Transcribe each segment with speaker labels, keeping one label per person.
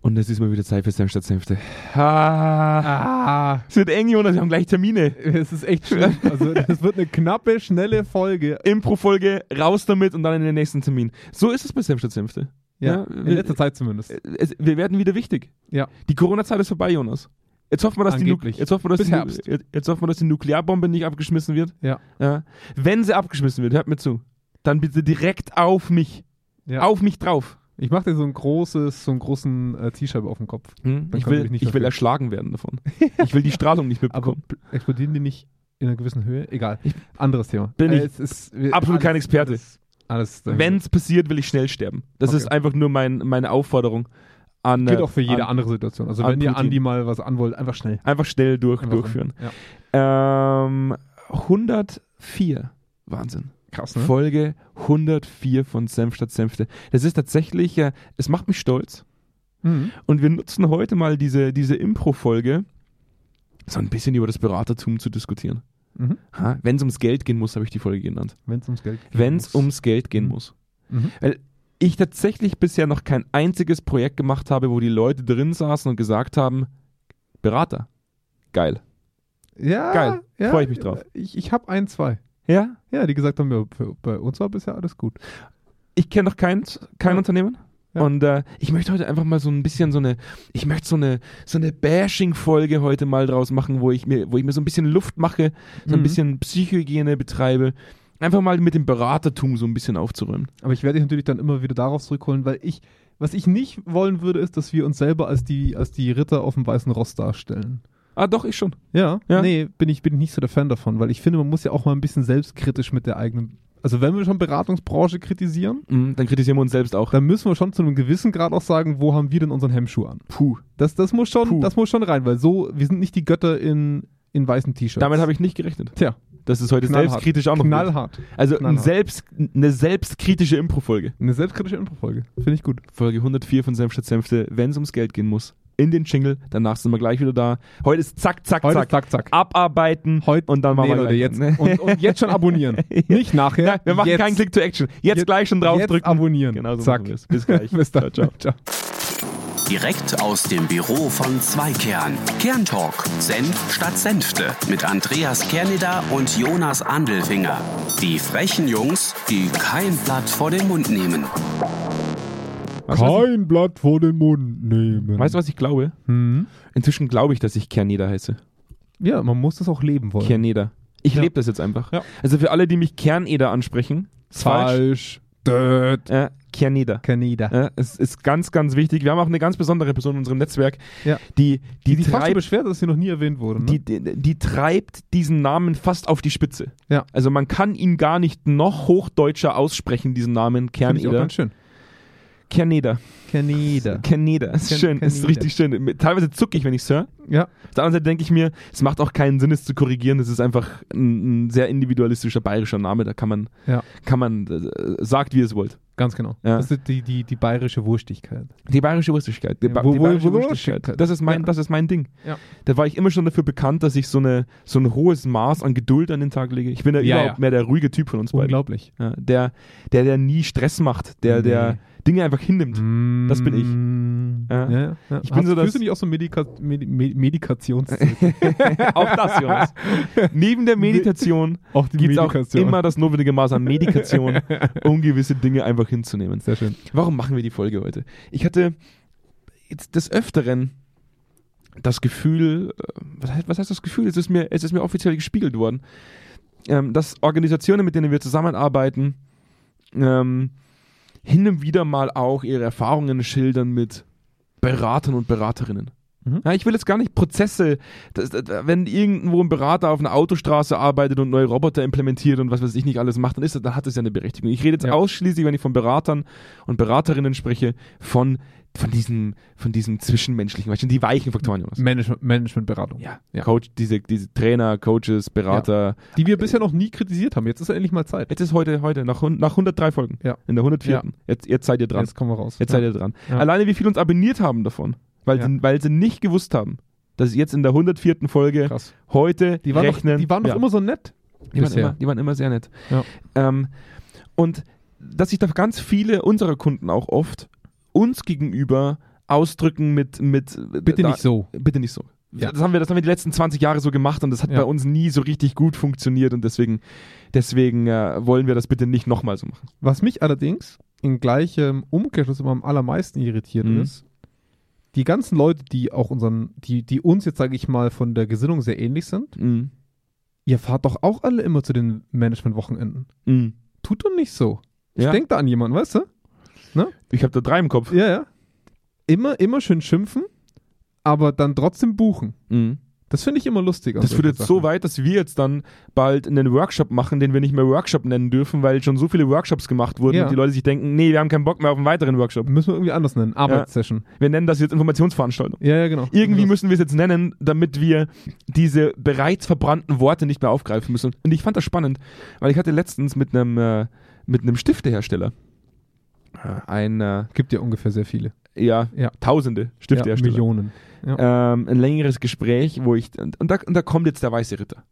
Speaker 1: Und es ist mal wieder Zeit für Senf statt Senfte. Ah, Es wird eng, Jonas, wir haben gleich Termine.
Speaker 2: Es ist echt schlimm. Also, das wird eine knappe, schnelle Folge.
Speaker 1: Impro-Folge, raus damit und dann in den nächsten Termin. So ist es bei Senf statt Senfte.
Speaker 2: Ja,
Speaker 1: Ja,
Speaker 2: in
Speaker 1: wir- Äh,
Speaker 2: letzter Zeit zumindest.
Speaker 1: Es, wir werden wieder wichtig.
Speaker 2: Ja.
Speaker 1: Die Corona-Zeit ist vorbei, Jonas. Jetzt hoffen wir, dass, die, Nu-
Speaker 2: Angeblich.
Speaker 1: jetzt hoffen wir, dass,
Speaker 2: Bis
Speaker 1: die, Nu-
Speaker 2: Herbst.
Speaker 1: jetzt, jetzt hoffen wir, dass die Nuklearbombe nicht abgeschmissen wird.
Speaker 2: Ja.
Speaker 1: Ja. Wenn sie abgeschmissen wird, hört mir zu, dann bitte direkt auf mich.
Speaker 2: Ja.
Speaker 1: Auf mich drauf.
Speaker 2: Ich mache dir so ein großes, so einen großen äh, T-Shirt auf den Kopf.
Speaker 1: Hm?
Speaker 2: Dann
Speaker 1: Ich,
Speaker 2: können wir
Speaker 1: will,
Speaker 2: dich nicht
Speaker 1: ich will
Speaker 2: verführen.
Speaker 1: erschlagen werden davon. Ich will die Strahlung nicht
Speaker 2: Aber
Speaker 1: mitbekommen.
Speaker 2: pl- explodieren die nicht in einer gewissen Höhe? Egal. Anderes Thema. Äh,
Speaker 1: bin ich
Speaker 2: es ist, wir-
Speaker 1: absolut kein Experte.
Speaker 2: Alles, alles äh, dahin.
Speaker 1: Wenn es passiert, will ich schnell sterben. Das
Speaker 2: Okay.
Speaker 1: ist einfach nur mein, meine Aufforderung an.
Speaker 2: Gilt
Speaker 1: äh,
Speaker 2: auch für jede
Speaker 1: an,
Speaker 2: andere Situation. Also,
Speaker 1: an
Speaker 2: wenn ihr
Speaker 1: Putin.
Speaker 2: Andi mal was anwollt, einfach schnell.
Speaker 1: Einfach schnell durch,
Speaker 2: Einfach
Speaker 1: durchführen.
Speaker 2: so. Ja.
Speaker 1: Ähm, 104. Wahnsinn.
Speaker 2: Krass, ne?
Speaker 1: Folge 104 von Senf statt Senfte. Das ist tatsächlich, äh, es macht mich stolz.
Speaker 2: Mhm.
Speaker 1: Und wir nutzen heute mal diese, diese Impro-Folge, so ein bisschen über das Beratertum zu diskutieren.
Speaker 2: Mhm.
Speaker 1: Wenn es ums Geld gehen muss, habe ich die Folge genannt.
Speaker 2: Wenn es ums Geld geht.
Speaker 1: Wenn es ums Geld gehen
Speaker 2: Mhm.
Speaker 1: muss.
Speaker 2: Mhm.
Speaker 1: Ich tatsächlich bisher noch kein einziges Projekt gemacht habe, wo die Leute drin saßen und gesagt haben, Berater. Geil.
Speaker 2: Ja,
Speaker 1: Geil.
Speaker 2: ja, äh,
Speaker 1: Freu ich mich drauf.
Speaker 2: Ich, ich habe ein, zwei.
Speaker 1: Ja?
Speaker 2: Ja, die gesagt haben, ja, für, bei uns war bisher alles gut.
Speaker 1: ich kenne noch kein, kein
Speaker 2: Ja.
Speaker 1: Unternehmen.
Speaker 2: Ja.
Speaker 1: Und äh, ich möchte heute einfach mal so ein bisschen so eine, ich möchte so eine, so eine Bashing-Folge heute mal draus machen, wo ich mir, wo ich mir so ein bisschen Luft mache, so ein
Speaker 2: Mhm.
Speaker 1: bisschen Psychohygiene betreibe. Einfach mal mit dem Beratertum so ein bisschen aufzuräumen.
Speaker 2: Aber ich werde dich natürlich dann immer wieder darauf zurückholen, weil ich, was ich nicht wollen würde, ist, dass wir uns selber als die, als die Ritter auf dem weißen Ross darstellen.
Speaker 1: Ah, doch, ich schon.
Speaker 2: Ja,
Speaker 1: Ja.
Speaker 2: nee, bin ich, bin ich nicht so der Fan davon, weil ich finde, man muss ja auch mal ein bisschen selbstkritisch mit der eigenen, also wenn wir schon Beratungsbranche kritisieren,
Speaker 1: Mhm, dann kritisieren wir uns selbst auch.
Speaker 2: dann müssen wir schon zu einem gewissen Grad auch sagen, wo haben wir denn unseren Hemmschuh an?
Speaker 1: Puh.
Speaker 2: Das, das muss schon,
Speaker 1: Puh.
Speaker 2: das muss schon rein, weil so, wir sind nicht die Götter in, in weißen T-Shirts.
Speaker 1: Damit habe ich nicht gerechnet.
Speaker 2: Tja.
Speaker 1: Das ist heute
Speaker 2: Knallhart.
Speaker 1: selbstkritisch auch noch. Wird.
Speaker 2: knallhart.
Speaker 1: Also ein
Speaker 2: knallhart.
Speaker 1: selbst, eine selbstkritische Impro-Folge.
Speaker 2: Eine selbstkritische Infofolge. Finde ich gut.
Speaker 1: Folge 104 von Senf statt Senfte, wenn es ums Geld gehen muss. In den Jingle, danach sind wir gleich wieder da. Heute ist zack, zack,
Speaker 2: Heute
Speaker 1: zack.
Speaker 2: zack, zack.
Speaker 1: abarbeiten
Speaker 2: Heute
Speaker 1: und dann machen
Speaker 2: nee,
Speaker 1: wir
Speaker 2: Leute,
Speaker 1: gleich. ne?
Speaker 2: jetzt. Und, und jetzt schon abonnieren. Nicht nachher.
Speaker 1: Nein, wir machen
Speaker 2: jetzt,
Speaker 1: keinen Click to Action. Jetzt,
Speaker 2: Jetzt-
Speaker 1: gleich schon
Speaker 2: jetzt
Speaker 1: draufdrücken.
Speaker 2: abonnieren.
Speaker 1: Genau so
Speaker 2: Zack.
Speaker 1: machen wir's. Bis gleich.
Speaker 2: Bis dann.
Speaker 1: Ciao, ciao.
Speaker 2: ciao.
Speaker 3: Direkt aus dem Büro von Zweikern. Kerntalk. Senf statt Senfte. Mit Andreas Kerneder und Jonas Andelfinger. Die frechen Jungs, die kein Blatt vor den Mund nehmen.
Speaker 1: Weißt du, was
Speaker 2: Blatt vor den Mund nehmen.
Speaker 1: ich, weißt du, was ich glaube?
Speaker 2: Hm?
Speaker 1: Inzwischen glaube ich, dass ich Kerneder heiße.
Speaker 2: Ja, man muss das auch leben wollen.
Speaker 1: Kerneder. Ich
Speaker 2: Ja.
Speaker 1: lebe das jetzt einfach.
Speaker 2: Ja.
Speaker 1: Also für alle, die mich Kerneder ansprechen, ist falsch.
Speaker 2: Falsch. Död.
Speaker 1: Äh, Kerneder.
Speaker 2: Kaneda.
Speaker 1: Ja, es ist ganz, ganz wichtig. Wir haben auch eine ganz besondere Person in unserem Netzwerk,
Speaker 2: Ja.
Speaker 1: die, die,
Speaker 2: Die fast so
Speaker 1: treibt,
Speaker 2: beschwert, dass sie noch nie erwähnt wurde. Ne?
Speaker 1: die, die, die treibt diesen Namen fast auf die Spitze.
Speaker 2: Ja.
Speaker 1: Also man kann ihn gar nicht noch hochdeutscher aussprechen, diesen Namen
Speaker 2: Finde ich auch
Speaker 1: Kerneder.
Speaker 2: ganz schön.
Speaker 1: Kerneder.
Speaker 2: Kaneda.
Speaker 1: Kerneder. Ist
Speaker 2: Ken-
Speaker 1: schön, ist
Speaker 2: Kerneder.
Speaker 1: richtig schön. Teilweise zucke ich, wenn ich höre.
Speaker 2: Ja.
Speaker 1: Auf der anderen Seite denke ich mir, es macht auch keinen Sinn, es zu korrigieren. Das ist einfach ein, ein sehr individualistischer bayerischer Name. Da kann man,
Speaker 2: Ja.
Speaker 1: kann man äh, sagt, wie ihr es wollt.
Speaker 2: Ganz genau.
Speaker 1: Ja.
Speaker 2: Das ist die, die, die bayerische Wurstigkeit.
Speaker 1: Die bayerische Wurstigkeit. Die,
Speaker 2: Ja,
Speaker 1: ba
Speaker 2: wo-
Speaker 1: die
Speaker 2: wo-
Speaker 1: bayerische
Speaker 2: wo- wo-
Speaker 1: Wurstigkeit. Das ist mein,
Speaker 2: Ja.
Speaker 1: das ist mein Ding.
Speaker 2: Ja.
Speaker 1: Da war ich immer schon dafür bekannt, dass ich so, eine, so ein hohes Maß an Geduld an den Tag lege. Ich bin ja,
Speaker 2: Ja,
Speaker 1: überhaupt
Speaker 2: ja.
Speaker 1: mehr der ruhige Typ von uns beiden.
Speaker 2: Unglaublich.
Speaker 1: Ja, der, der, der nie Stress macht, der, der
Speaker 2: Nee.
Speaker 1: Dinge einfach hinnimmt. Das bin ich.
Speaker 2: ich. Hm. Ja.
Speaker 1: Ja.
Speaker 2: Ja, ja.
Speaker 1: Ich bin so das-
Speaker 2: Fühlst du dich auch so Medika Medi Medi Medikations...
Speaker 1: Auch das, Jonas. Neben der Meditation
Speaker 2: auch die
Speaker 1: gibt es auch immer das notwendige Maß an Medikation, um gewisse Dinge einfach hinzunehmen.
Speaker 2: Sehr schön.
Speaker 1: Warum machen wir die Folge heute? Ich hatte jetzt des Öfteren das Gefühl, äh, was heißt, was heißt das Gefühl? Es ist mir, es ist mir offiziell gespiegelt worden, ähm, dass Organisationen, mit denen wir zusammenarbeiten, ähm, hin und wieder mal auch ihre Erfahrungen schildern mit Beratern und Beraterinnen.
Speaker 2: Mhm.
Speaker 1: Ja, ich will jetzt gar nicht Prozesse, das, das, wenn irgendwo ein Berater auf einer Autostraße arbeitet und neue Roboter implementiert und was weiß ich nicht alles macht, dann, ist das, dann hat das ja eine Berechtigung. Ich rede jetzt
Speaker 2: Ja.
Speaker 1: ausschließlich, wenn ich von Beratern und Beraterinnen spreche, von, von, diesem, von diesem zwischenmenschlichen, weißt du, die weichen Faktoren, Jonas.
Speaker 2: Management, Managementberatung.
Speaker 1: Ja,
Speaker 2: Ja.
Speaker 1: Coach, diese, diese Trainer, Coaches, Berater.
Speaker 2: Die wir bisher noch nie kritisiert haben. Jetzt ist ja endlich mal Zeit.
Speaker 1: Jetzt ist heute, heute nach, hun- nach 103 Folgen,
Speaker 2: Ja.
Speaker 1: in der 104.
Speaker 2: Ja.
Speaker 1: Jetzt, jetzt seid ihr dran.
Speaker 2: Jetzt kommen wir raus.
Speaker 1: Jetzt
Speaker 2: ja.
Speaker 1: seid ihr dran.
Speaker 2: Ja.
Speaker 1: Alleine wie viele uns abonniert haben davon, weil,
Speaker 2: Ja.
Speaker 1: sie, weil sie nicht gewusst haben, dass jetzt in der 104. Folge
Speaker 2: Krass.
Speaker 1: heute
Speaker 2: Die waren,
Speaker 1: rechnen.
Speaker 2: doch, die waren doch
Speaker 1: Ja.
Speaker 2: immer so nett.
Speaker 1: Die waren,
Speaker 2: Bisher.
Speaker 1: immer, die waren immer sehr nett.
Speaker 2: Ja.
Speaker 1: Ähm, und dass sich da ganz viele unserer Kunden auch oft uns gegenüber ausdrücken mit. mit
Speaker 2: Bitte
Speaker 1: da-
Speaker 2: nicht so.
Speaker 1: Bitte nicht so.
Speaker 2: Ja.
Speaker 1: Das, haben wir, das haben wir die letzten 20 Jahre so gemacht und das hat
Speaker 2: Ja.
Speaker 1: bei uns nie so richtig gut funktioniert und deswegen, deswegen äh, wollen wir das bitte nicht nochmal so machen.
Speaker 2: Was mich allerdings in gleichem Umkehrschluss immer am allermeisten irritiert
Speaker 1: Mhm.
Speaker 2: ist, die ganzen Leute, die auch unseren, die, die uns jetzt, sage ich mal, von der Gesinnung sehr ähnlich sind,
Speaker 1: Mhm.
Speaker 2: ihr fahrt doch auch alle immer zu den Management-Wochenenden.
Speaker 1: Mhm.
Speaker 2: Tut doch nicht so. Ich
Speaker 1: Ja.
Speaker 2: denk da an jemanden, weißt du?
Speaker 1: Ich habe da drei im Kopf.
Speaker 2: Ja, ja. Immer, immer schön schimpfen, aber dann trotzdem buchen.
Speaker 1: Mhm.
Speaker 2: Das finde ich immer lustiger.
Speaker 1: Das führt jetzt so weit, dass wir jetzt dann bald einen Workshop machen, den wir nicht mehr Workshop nennen dürfen, weil schon so viele Workshops gemacht wurden
Speaker 2: Ja.
Speaker 1: und die Leute sich denken, nee, wir haben keinen Bock mehr auf einen weiteren Workshop.
Speaker 2: Müssen wir irgendwie anders nennen. Arbeitssession.
Speaker 1: Wir nennen das jetzt Informationsveranstaltung.
Speaker 2: Ja, ja, genau.
Speaker 1: Irgendwie müssen wir es jetzt nennen, damit wir diese bereits verbrannten Worte nicht mehr aufgreifen müssen. Und ich fand das spannend, weil ich hatte letztens mit einem, äh, mit einem Stiftehersteller äh, ein, äh,
Speaker 2: Gibt ja ungefähr sehr viele.
Speaker 1: ja,
Speaker 2: Ja.
Speaker 1: tausende
Speaker 2: ja,
Speaker 1: Stiftehersteller.
Speaker 2: Millionen.
Speaker 1: ähm, ein längeres Gespräch, wo ich. Und, und, da, und da kommt jetzt der weiße Ritter.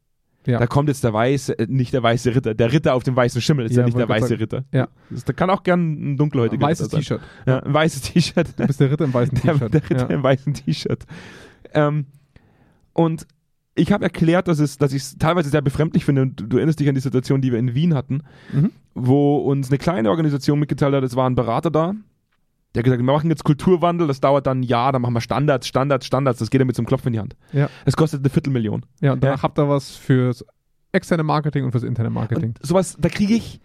Speaker 2: Ja.
Speaker 1: Da kommt jetzt der weiße, äh, nicht der weiße Ritter, der Ritter auf dem weißen Schimmel ist ja,
Speaker 2: Ja,
Speaker 1: nicht der
Speaker 2: wollte
Speaker 1: weiße
Speaker 2: grad
Speaker 1: Ritter.
Speaker 2: Ja.
Speaker 1: Das, da kann auch gern ein dunkelhäutiger
Speaker 2: Weißes
Speaker 1: Ritter sein.
Speaker 2: T-Shirt.
Speaker 1: Ja, ein weißes T-Shirt.
Speaker 2: Du bist der Ritter im weißen
Speaker 1: Der,
Speaker 2: T-Shirt.
Speaker 1: der Ritter
Speaker 2: Ja.
Speaker 1: im weißen T-Shirt. Ähm, und ich habe erklärt, dass es, dass ich es teilweise sehr befremdlich finde. Und du, du erinnerst dich an die Situation, die wir in Wien hatten,
Speaker 2: Mhm.
Speaker 1: wo uns eine kleine Organisation mitgeteilt hat, es war ein Berater da. Der hat gesagt, wir machen jetzt Kulturwandel, das dauert dann ein Jahr, dann machen wir Standards, Standards, Standards. Das geht ja mit so einem Klopf in die Hand.
Speaker 2: Ja.
Speaker 1: Das kostet eine Viertelmillion.
Speaker 2: ja, und danach
Speaker 1: Ja.
Speaker 2: habt ihr was fürs externe Marketing und fürs interne Marketing.
Speaker 1: Und sowas, da kriege ich,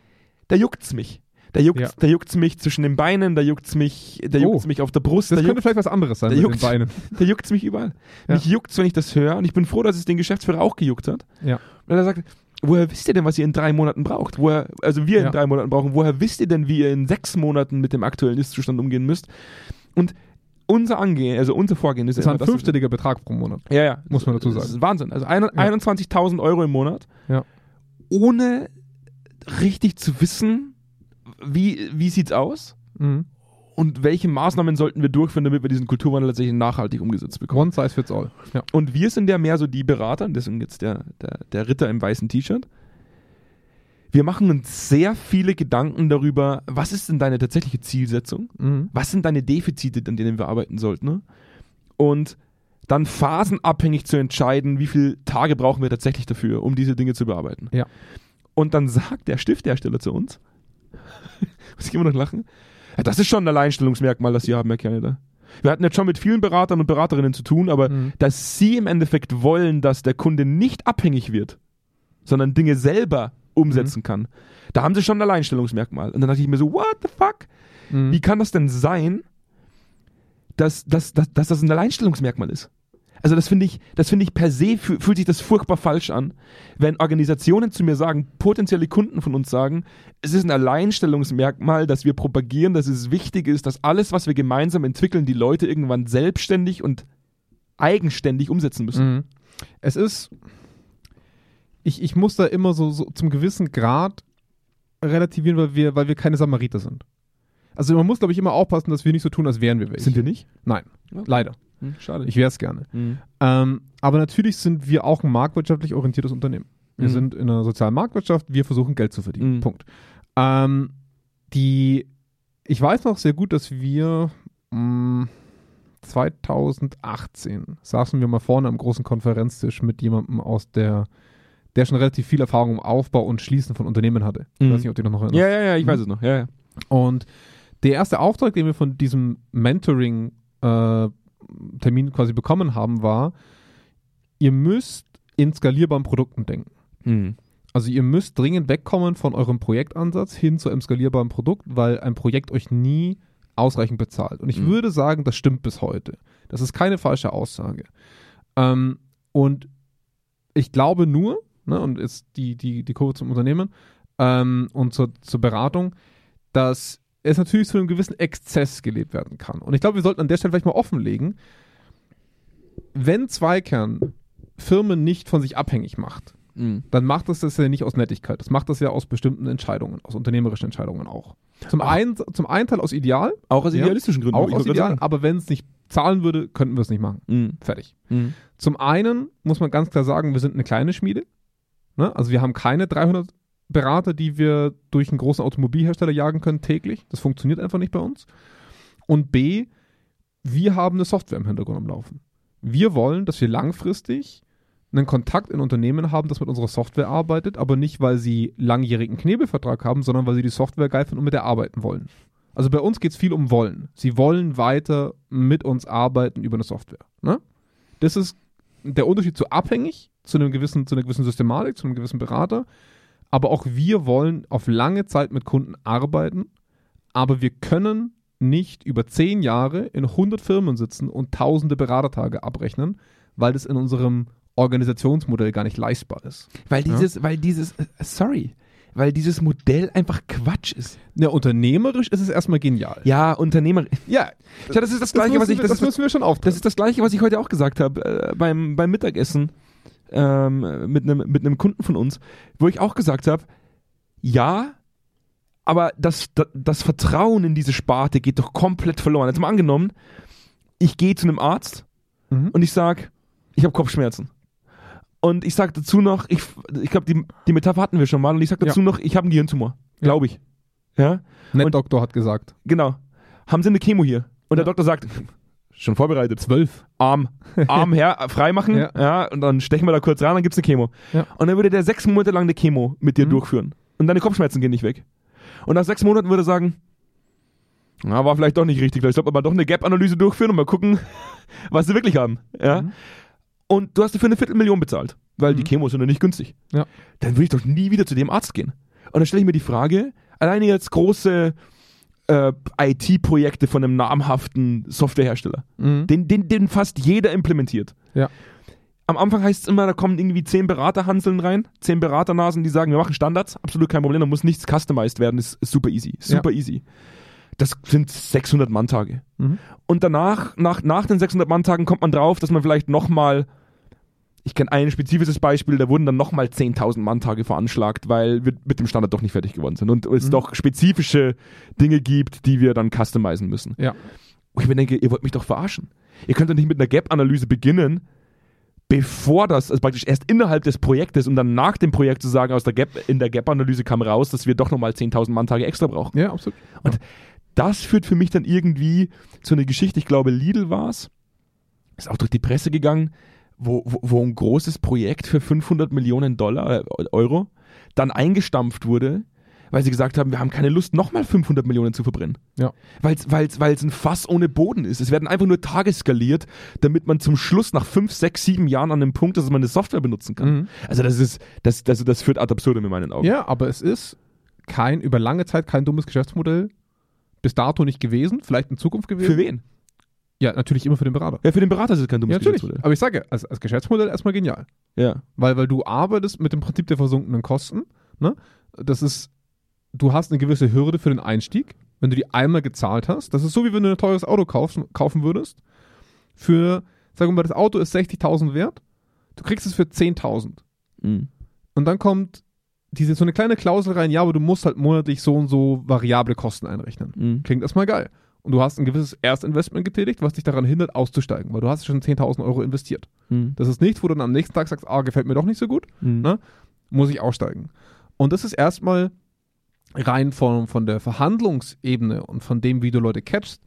Speaker 1: da juckt's mich. Da juckt's,
Speaker 2: Ja.
Speaker 1: da juckt's mich zwischen den Beinen, da juckt's mich, da
Speaker 2: Oh.
Speaker 1: juckt's mich auf der Brust,
Speaker 2: das
Speaker 1: da,
Speaker 2: könnte
Speaker 1: juckt,
Speaker 2: vielleicht was anderes sein
Speaker 1: der
Speaker 2: mit den
Speaker 1: juckt.
Speaker 2: Beinen.
Speaker 1: da juckt's mich überall.
Speaker 2: Ja.
Speaker 1: Mich juckt's, wenn ich das höre und ich bin froh, dass es den Geschäftsführer auch gejuckt hat.
Speaker 2: Ja.
Speaker 1: Weil er sagt, woher wisst ihr denn, was ihr in drei Monaten braucht? Woher, also wir
Speaker 2: Ja.
Speaker 1: in drei Monaten brauchen, woher wisst ihr denn, wie ihr in sechs Monaten mit dem aktuellen Ist-Zustand umgehen müsst? Und unser Angehen, also unser Vorgehen ist
Speaker 2: Das war ein
Speaker 1: immer dass-
Speaker 2: fünfstelliger Betrag pro Monat.
Speaker 1: ja, ja.
Speaker 2: Muss man dazu
Speaker 1: Das
Speaker 2: sagen.
Speaker 1: ist Wahnsinn. Also ein- 21.000 Euro im Monat.
Speaker 2: Ja.
Speaker 1: Ohne richtig zu wissen, wie, wie sieht's aus
Speaker 2: Mhm.
Speaker 1: und welche Maßnahmen sollten wir durchführen, damit wir diesen Kulturwandel tatsächlich nachhaltig umgesetzt bekommen.
Speaker 2: One size fits all. Ja.
Speaker 1: Und wir sind ja mehr so die Berater, und deswegen jetzt der, der, der Ritter im weißen T-Shirt. Wir machen uns sehr viele Gedanken darüber, was ist denn deine tatsächliche Zielsetzung?
Speaker 2: Mhm.
Speaker 1: was sind deine Defizite, an denen wir arbeiten sollten. Ne? Und dann phasenabhängig zu entscheiden, wie viele Tage brauchen wir tatsächlich dafür, um diese Dinge zu bearbeiten.
Speaker 2: Ja.
Speaker 1: Und dann sagt der Stifthersteller zu uns, muss ich immer noch lachen, ja, das ist schon ein Alleinstellungsmerkmal, das Sie haben, Herr Canada. Wir hatten jetzt schon mit vielen Beratern und Beraterinnen zu tun, aber
Speaker 2: Mhm.
Speaker 1: dass Sie im Endeffekt wollen, dass der Kunde nicht abhängig wird, sondern Dinge selber umsetzen
Speaker 2: Mhm.
Speaker 1: kann, da haben Sie schon ein Alleinstellungsmerkmal. Und dann dachte ich mir so, what the fuck?
Speaker 2: Mhm.
Speaker 1: Wie kann das denn sein, dass, dass, dass, dass das ein Alleinstellungsmerkmal ist? Also das finde ich, das finde ich per se fü- fühlt sich das furchtbar falsch an, wenn Organisationen zu mir sagen, potenzielle Kunden von uns sagen, es ist ein Alleinstellungsmerkmal, dass wir propagieren, dass es wichtig ist, dass alles, was wir gemeinsam entwickeln, die Leute irgendwann selbstständig und eigenständig umsetzen müssen.
Speaker 2: Mhm. Es ist, ich, ich muss da immer so, so zum gewissen Grad relativieren, weil wir, weil wir keine Samariter sind. Also man muss, glaube ich, immer aufpassen, dass wir nicht so tun, als wären wir welche.
Speaker 1: Sind wir nicht?
Speaker 2: Nein,
Speaker 1: Ja.
Speaker 2: leider.
Speaker 1: schade.
Speaker 2: Ich wäre es gerne.
Speaker 1: Mhm.
Speaker 2: Ähm, aber natürlich sind wir auch ein marktwirtschaftlich orientiertes Unternehmen. Wir
Speaker 1: Mhm.
Speaker 2: sind in einer sozialen Marktwirtschaft, wir versuchen Geld zu verdienen.
Speaker 1: Mhm.
Speaker 2: Punkt. Ähm, die, ich weiß noch sehr gut, dass wir mh, 2018 saßen wir mal vorne am großen Konferenztisch mit jemandem aus der, der schon relativ viel Erfahrung im Aufbau und Schließen von Unternehmen hatte. Ich
Speaker 1: Mhm.
Speaker 2: weiß nicht, ob du dich noch erinnerst.
Speaker 1: Ja, ja, ja, ich
Speaker 2: Mhm.
Speaker 1: weiß es noch. Ja, ja.
Speaker 2: Und der erste Auftrag, den wir von diesem Mentoring-Termin quasi bekommen haben, war, ihr müsst in skalierbaren Produkten denken. Also ihr müsst dringend wegkommen von eurem Projektansatz hin zu einem skalierbaren Produkt, weil ein Projekt euch nie ausreichend bezahlt. Und ich
Speaker 1: Mhm.
Speaker 2: würde sagen, das stimmt bis heute. Das ist keine falsche Aussage. Ähm, und ich glaube nur, ne, und jetzt die, die, die Kurve zum Unternehmen ähm, und zur, zur Beratung, dass es natürlich zu einem gewissen Exzess gelebt werden kann. Und ich glaube, wir sollten an der Stelle vielleicht mal offenlegen, wenn Zweikern Firmen nicht von sich abhängig macht, dann macht das das ja nicht aus Nettigkeit. Das macht das ja aus bestimmten Entscheidungen, aus unternehmerischen Entscheidungen auch. Zum,
Speaker 1: Ah.
Speaker 2: einen, zum einen Teil aus Ideal,
Speaker 1: Auch aus
Speaker 2: Ja.
Speaker 1: idealistischen Gründen.
Speaker 2: auch
Speaker 1: wollte
Speaker 2: aus
Speaker 1: ich mal
Speaker 2: Ideal,
Speaker 1: gerade
Speaker 2: aber wenn es nicht zahlen würde, könnten wir es nicht machen.
Speaker 1: sagen.
Speaker 2: Fertig.
Speaker 1: Mhm.
Speaker 2: Zum einen muss man ganz klar sagen, wir sind eine kleine Schmiede. Ne? Also wir haben keine 300 Berater, die wir durch einen großen Automobilhersteller jagen können täglich. Das funktioniert einfach nicht bei uns. Und B, wir haben eine Software im Hintergrund am Laufen. Wir wollen, dass wir langfristig einen Kontakt in Unternehmen haben, das mit unserer Software arbeitet, aber nicht, weil sie langjährigen Knebelvertrag haben, sondern weil sie die Software geil finden und mit der arbeiten wollen. Also bei uns geht es viel um Wollen. Sie wollen weiter mit uns arbeiten über eine Software. Ne? Das ist der Unterschied zu abhängig, zu, einem gewissen, zu einer gewissen Systematik, zu einem gewissen Berater. Aber auch wir wollen auf lange Zeit mit Kunden arbeiten, aber wir können nicht über zehn Jahre in 100 Firmen sitzen und tausende Beratertage abrechnen, weil das in unserem Organisationsmodell gar nicht leistbar ist.
Speaker 1: Weil dieses, weil dieses, äh, sorry, weil dieses Modell einfach Quatsch ist.
Speaker 2: Ja, unternehmerisch ist es erstmal genial.
Speaker 1: Ja, Unternehmer.
Speaker 2: Ja,
Speaker 1: Ja, das ist das Gleiche,
Speaker 2: müssen
Speaker 1: was ich,
Speaker 2: wir-
Speaker 1: das,
Speaker 2: das
Speaker 1: ist,
Speaker 2: müssen wir schon auftreten.
Speaker 1: das ist das Gleiche, was ich heute auch gesagt habe äh, beim, beim Mittagessen ähm, mit einem mit einem Kunden von uns, wo ich auch gesagt habe, ja, aber das, das, das Vertrauen in diese Sparte geht doch komplett verloren. Jetzt mal angenommen, ich gehe zu einem Arzt
Speaker 2: Mhm.
Speaker 1: und ich sage, ich habe Kopfschmerzen. Und ich sage dazu noch, ich, ich glaube, die, die Metapher hatten wir schon mal, und ich sage dazu noch, ich habe einen Gehirntumor. Glaube ich. Ja,
Speaker 2: Ned
Speaker 1: und-
Speaker 2: Doktor hat gesagt.
Speaker 1: genau. Haben Sie eine Chemo hier? Und der
Speaker 2: Ja.
Speaker 1: Doktor sagt, schon vorbereitet.
Speaker 2: Zwölf.
Speaker 1: Arm, Arm her, äh, freimachen, ja.
Speaker 2: Ja.
Speaker 1: und dann stechen wir da kurz ran, dann gibt's eine Chemo.
Speaker 2: Ja. Mhm.
Speaker 1: Und dann würde der sechs Monate lang eine Chemo mit dir durchführen. Und deine Kopfschmerzen gehen nicht weg. Und nach sechs Monaten würde er sagen, na, war vielleicht doch nicht richtig. Ich glaube, aber doch eine Gap-Analyse durchführen und mal gucken, was sie wirklich haben. Ja?
Speaker 2: Mhm.
Speaker 1: Und du hast dafür eine Viertelmillion bezahlt, weil die
Speaker 2: Mhm.
Speaker 1: Chemos sind ja nicht günstig.
Speaker 2: Ja.
Speaker 1: Dann würde ich doch nie wieder zu dem Arzt gehen. Und dann stelle ich mir die Frage, alleine jetzt große äh, IT-Projekte von einem namhaften Softwarehersteller
Speaker 2: Mhm.
Speaker 1: den, den, den fast jeder implementiert.
Speaker 2: Ja.
Speaker 1: Am Anfang heißt es immer, da kommen irgendwie zehn Beraterhanseln rein, zehn Beraternasen, die sagen, wir machen Standards, absolut kein Problem, da muss nichts customized werden, ist ist super easy, super easy. Das sind 600 Manntage.
Speaker 2: Mhm.
Speaker 1: Und danach, nach, nach den 600 Manntagen kommt man drauf, dass man vielleicht nochmal, ich kenne ein spezifisches Beispiel, da wurden dann nochmal 10.000 Manntage veranschlagt, weil wir mit dem Standard doch nicht fertig geworden sind und es
Speaker 2: Mhm.
Speaker 1: doch spezifische Dinge gibt, die wir dann customizen müssen.
Speaker 2: Ja.
Speaker 1: Und ich mir denke, ihr wollt mich doch verarschen. Ihr könnt doch nicht mit einer Gap-Analyse beginnen, bevor das, also praktisch erst innerhalb des Projektes und dann nach dem Projekt zu sagen, aus der Gap, in der Gap-Analyse kam raus, dass wir doch nochmal 10.000 Manntage extra brauchen.
Speaker 2: Ja, absolut.
Speaker 1: Das führt für mich dann irgendwie zu einer Geschichte, ich glaube, Lidl war es, ist auch durch die Presse gegangen, wo, wo, wo ein großes Projekt für 500 Millionen Dollar, äh, Euro, dann eingestampft wurde, weil sie gesagt haben, wir haben keine Lust, nochmal 500 Millionen zu verbrennen.
Speaker 2: Ja.
Speaker 1: Weil's, weil's, weil's ein Fass ohne Boden ist. Es werden einfach nur Tage skaliert, damit man zum Schluss nach 5, 6, 7 Jahren an dem Punkt ist, dass man eine Software benutzen kann.
Speaker 2: Mhm.
Speaker 1: Also das ist, das, das, das führt ad absurdum in meinen Augen.
Speaker 2: Ja, aber es ist kein, über lange Zeit kein dummes Geschäftsmodell bis dato nicht gewesen, vielleicht in Zukunft gewesen.
Speaker 1: Für wen?
Speaker 2: Ja, natürlich immer für den Berater.
Speaker 1: Ja, für den Berater ist es kein dummes
Speaker 2: Ja, natürlich.
Speaker 1: Geschäftsmodell.
Speaker 2: Aber ich sage, als, als Geschäftsmodell erstmal genial.
Speaker 1: Ja.
Speaker 2: Weil, weil du arbeitest mit dem Prinzip der versunkenen Kosten. Ne? Das ist, du hast eine gewisse Hürde für den Einstieg, wenn du die einmal gezahlt hast. Das ist so, wie wenn du ein teures Auto kaufst, kaufen würdest. Für, sagen wir mal, das Auto ist 60.000 wert. Du kriegst es für 10.000.
Speaker 1: Mhm.
Speaker 2: Und dann kommt diese, so eine kleine Klausel rein, ja, aber du musst halt monatlich so und so variable Kosten einrechnen.
Speaker 1: Mhm.
Speaker 2: Klingt erstmal geil. Und du hast ein gewisses Erstinvestment getätigt, was dich daran hindert, auszusteigen, weil du hast schon 10.000 Euro investiert.
Speaker 1: Mhm.
Speaker 2: Das ist nicht, wo du dann am nächsten Tag sagst, ah, gefällt mir doch nicht so gut,
Speaker 1: Mhm.
Speaker 2: Ne? muss ich aussteigen. Und das ist erstmal rein von, von der Verhandlungsebene und von dem, wie du Leute catchst,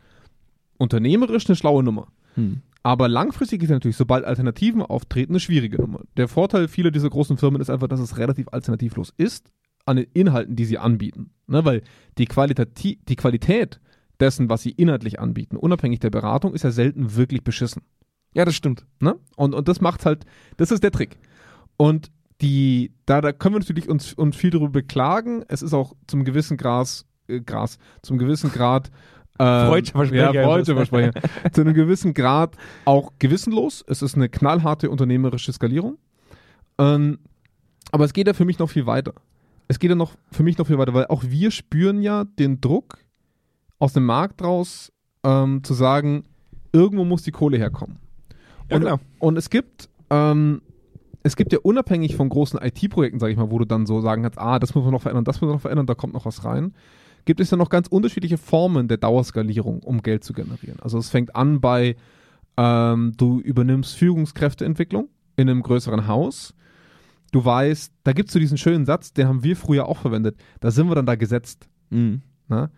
Speaker 2: unternehmerisch eine schlaue Nummer.
Speaker 1: Mhm.
Speaker 2: Aber langfristig ist natürlich, sobald Alternativen auftreten, eine schwierige Nummer. Der Vorteil vieler dieser großen Firmen ist einfach, dass es relativ alternativlos ist an den Inhalten, die sie anbieten. Ne, weil die, Qualitati die Qualität dessen, was sie inhaltlich anbieten, unabhängig der Beratung, ist ja selten wirklich beschissen.
Speaker 1: Ja, das stimmt.
Speaker 2: Ne? Und, und das macht halt, das ist der Trick. Und die, da, da können wir natürlich uns, uns viel darüber beklagen. Es ist auch zum gewissen Gras, äh, Gras, zum gewissen Grad ähm,
Speaker 1: Freudscher Versprecher.
Speaker 2: Ja, Freudscher Versprecher. zu einem gewissen Grad auch gewissenlos. Es ist eine knallharte unternehmerische Skalierung. Ähm, aber es geht ja für mich noch viel weiter. Es geht ja noch für mich noch viel weiter, weil auch wir spüren ja den Druck aus dem Markt raus, ähm, zu sagen, irgendwo muss die Kohle herkommen.
Speaker 1: Ja,
Speaker 2: und,
Speaker 1: klar.
Speaker 2: und es gibt, ähm, es gibt ja unabhängig von großen IT-Projekten, sage ich mal, wo du dann so sagen kannst, ah, das muss man noch verändern, das muss man noch verändern, da kommt noch was rein, gibt es ja noch ganz unterschiedliche Formen der Dauerskalierung, um Geld zu generieren. Also es fängt an bei, ähm, du übernimmst Führungskräfteentwicklung in einem größeren Haus. Du weißt, da gibt
Speaker 1: 嗯
Speaker 2: es so diesen schönen Satz, den haben wir früher auch verwendet. Da sind wir dann da gesetzt.
Speaker 1: Mhm.
Speaker 2: Ne?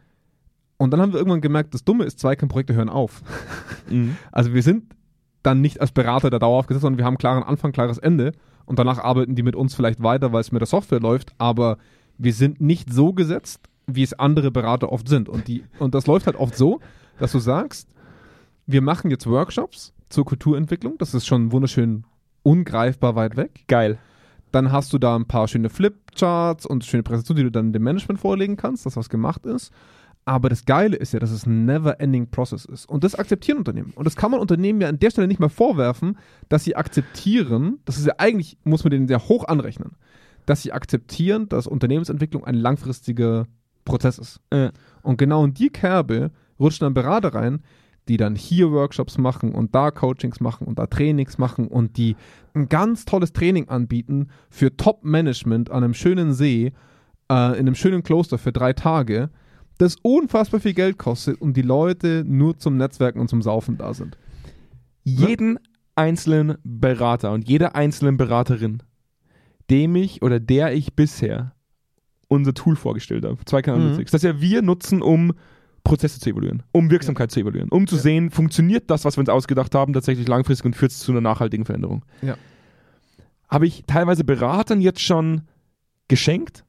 Speaker 2: Und dann haben wir irgendwann gemerkt, das Dumme ist, Zweikernprojekte hören auf.
Speaker 1: 嗯
Speaker 2: Also wir sind dann nicht als Berater der Dauer aufgesetzt, sondern wir haben einen klaren Anfang, klares Ende und danach arbeiten die mit uns vielleicht weiter, weil es mit der Software läuft, aber wir sind nicht so gesetzt, wie es andere Berater oft sind. Und, die, und das läuft halt oft so, dass du sagst, wir machen jetzt Workshops zur Kulturentwicklung, das ist schon wunderschön ungreifbar weit weg.
Speaker 1: Geil.
Speaker 2: Dann hast du da ein paar schöne Flipcharts und schöne Präsentationen, die du dann dem Management vorlegen kannst, dass was gemacht ist. Aber das Geile ist ja, dass es ein never-ending Process ist. Und das akzeptieren Unternehmen. Und das kann man Unternehmen ja an der Stelle nicht mal vorwerfen, dass sie akzeptieren, das ist ja eigentlich, muss man denen sehr hoch anrechnen, dass sie akzeptieren, dass Unternehmensentwicklung ein langfristiger Prozess ist.
Speaker 1: Ja.
Speaker 2: Und genau in die Kerbe rutschen dann Berater rein, die dann hier Workshops machen und da Coachings machen und da Trainings machen und die ein ganz tolles Training anbieten für Top-Management an einem schönen See, äh, in einem schönen Kloster für drei Tage, das unfassbar viel Geld kostet und die Leute nur zum Netzwerken und zum Saufen da sind.
Speaker 1: jeden einzelnen Berater und jeder einzelnen Beraterin, dem ich oder der ich bisher unser Tool vorgestellt habe,
Speaker 2: Mhm.
Speaker 1: 2K analytics, das ja wir nutzen, um Prozesse zu evaluieren, um Wirksamkeit zu evaluieren, um zu
Speaker 2: Ja.
Speaker 1: sehen, funktioniert das, was wir uns ausgedacht haben, tatsächlich langfristig und führt es zu einer nachhaltigen Veränderung.
Speaker 2: Ja.
Speaker 1: Habe ich teilweise Beratern jetzt schon geschenkt.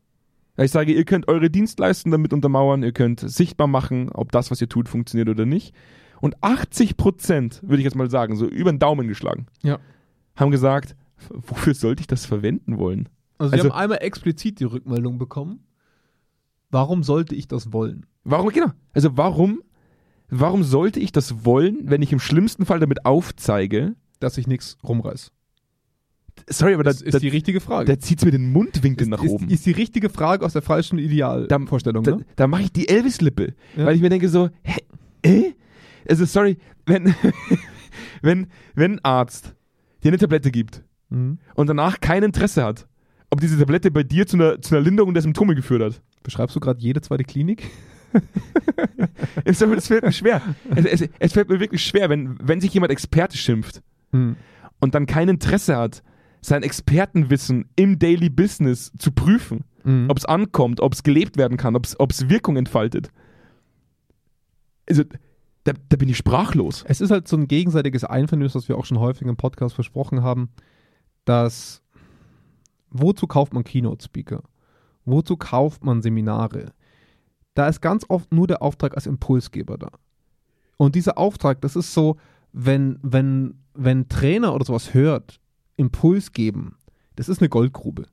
Speaker 1: Ich sage, ihr könnt eure Dienstleistung damit untermauern, ihr könnt sichtbar machen, ob das, was ihr tut, funktioniert oder nicht. Und 80 Prozent, würde ich jetzt mal sagen, so über den Daumen geschlagen,
Speaker 2: Ja.
Speaker 1: haben gesagt, "F- wofür sollte ich das verwenden wollen?
Speaker 2: Also,
Speaker 1: Also-
Speaker 2: wir haben einmal explizit die Rückmeldung bekommen. Warum sollte ich das wollen?
Speaker 1: Warum, genau. Also warum, warum sollte ich das wollen, wenn ich im schlimmsten Fall damit aufzeige?
Speaker 2: Dass ich nichts rumreiß.
Speaker 1: Sorry, aber da,
Speaker 2: Das ist
Speaker 1: da,
Speaker 2: die richtige Frage.
Speaker 1: da zieht es mir den Mundwinkel
Speaker 2: ist,
Speaker 1: nach
Speaker 2: ist,
Speaker 1: oben.
Speaker 2: ist die richtige Frage aus der falschen Idealvorstellung.
Speaker 1: da
Speaker 2: Ne?
Speaker 1: da mache ich die Elvis-Lippe,
Speaker 2: Ja.
Speaker 1: weil ich mir denke so, hä, äh? Also sorry, wenn, wenn, wenn ein Arzt dir eine Tablette gibt
Speaker 2: Mhm.
Speaker 1: und danach kein Interesse hat, ob diese Tablette bei dir zu einer, zu einer Linderung der Symptome geführt hat.
Speaker 2: Beschreibst du gerade jede zweite Klinik?
Speaker 1: Es, es fällt mir schwer. Es, es, es fällt mir wirklich schwer, wenn, wenn sich jemand Experte schimpft
Speaker 2: Mhm.
Speaker 1: und dann kein Interesse hat, sein Expertenwissen im Daily Business zu prüfen,
Speaker 2: Mhm.
Speaker 1: ob es ankommt, ob es gelebt werden kann, ob es Wirkung entfaltet. Also, da, da bin ich sprachlos.
Speaker 2: Es ist halt so ein gegenseitiges Einvernehmen, was wir auch schon häufig im Podcast versprochen haben, dass wozu kauft man Keynote-Speaker? Wozu kauft man Seminare? Da ist ganz oft nur der Auftrag als Impulsgeber da. Und dieser Auftrag, das ist so, wenn, wenn, wenn Trainer oder sowas hört, Impuls geben, das ist eine Goldgrube.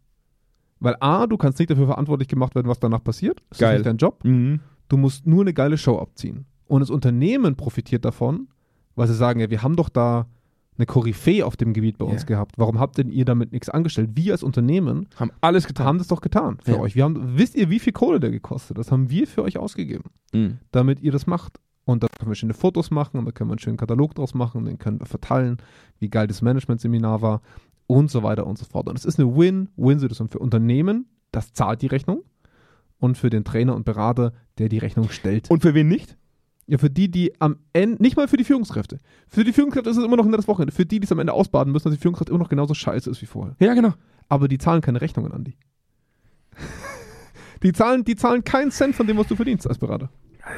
Speaker 2: Weil A, du kannst nicht dafür verantwortlich gemacht werden, was danach passiert. Das
Speaker 1: Geil.
Speaker 2: ist nicht dein Job.
Speaker 1: Mhm.
Speaker 2: Du musst nur eine geile Show abziehen. Und das Unternehmen profitiert davon, weil sie sagen, ja, wir haben doch da eine Koryphäe auf dem Gebiet bei uns
Speaker 1: Ja.
Speaker 2: gehabt. Warum habt denn ihr damit nichts angestellt? Wir als Unternehmen
Speaker 1: Haben alles getan.
Speaker 2: haben das doch getan für
Speaker 1: Ja.
Speaker 2: euch. Wir haben, wisst ihr, wie viel Kohle der gekostet? hat? Das haben wir für euch ausgegeben
Speaker 1: Mhm.
Speaker 2: damit ihr das macht. Und da können wir schöne Fotos machen und da können wir einen schönen Katalog draus machen, den können wir verteilen, wie geil das Management-Seminar war und so weiter und so fort. Und es ist eine Win-Win-Situation für Unternehmen, das zahlt die Rechnung und für den Trainer und Berater, der die Rechnung stellt.
Speaker 1: Und für wen nicht?
Speaker 2: ja, für die, die am Ende, nicht mal für die Führungskräfte, für die Führungskräfte ist es immer noch das Wochenende, für die, die es am Ende ausbaden müssen, dass die Führungskraft immer noch genauso scheiße ist wie vorher.
Speaker 1: Ja, genau.
Speaker 2: Aber die zahlen keine Rechnungen an die. Die zahlen, die zahlen keinen Cent von dem, was du verdienst als Berater.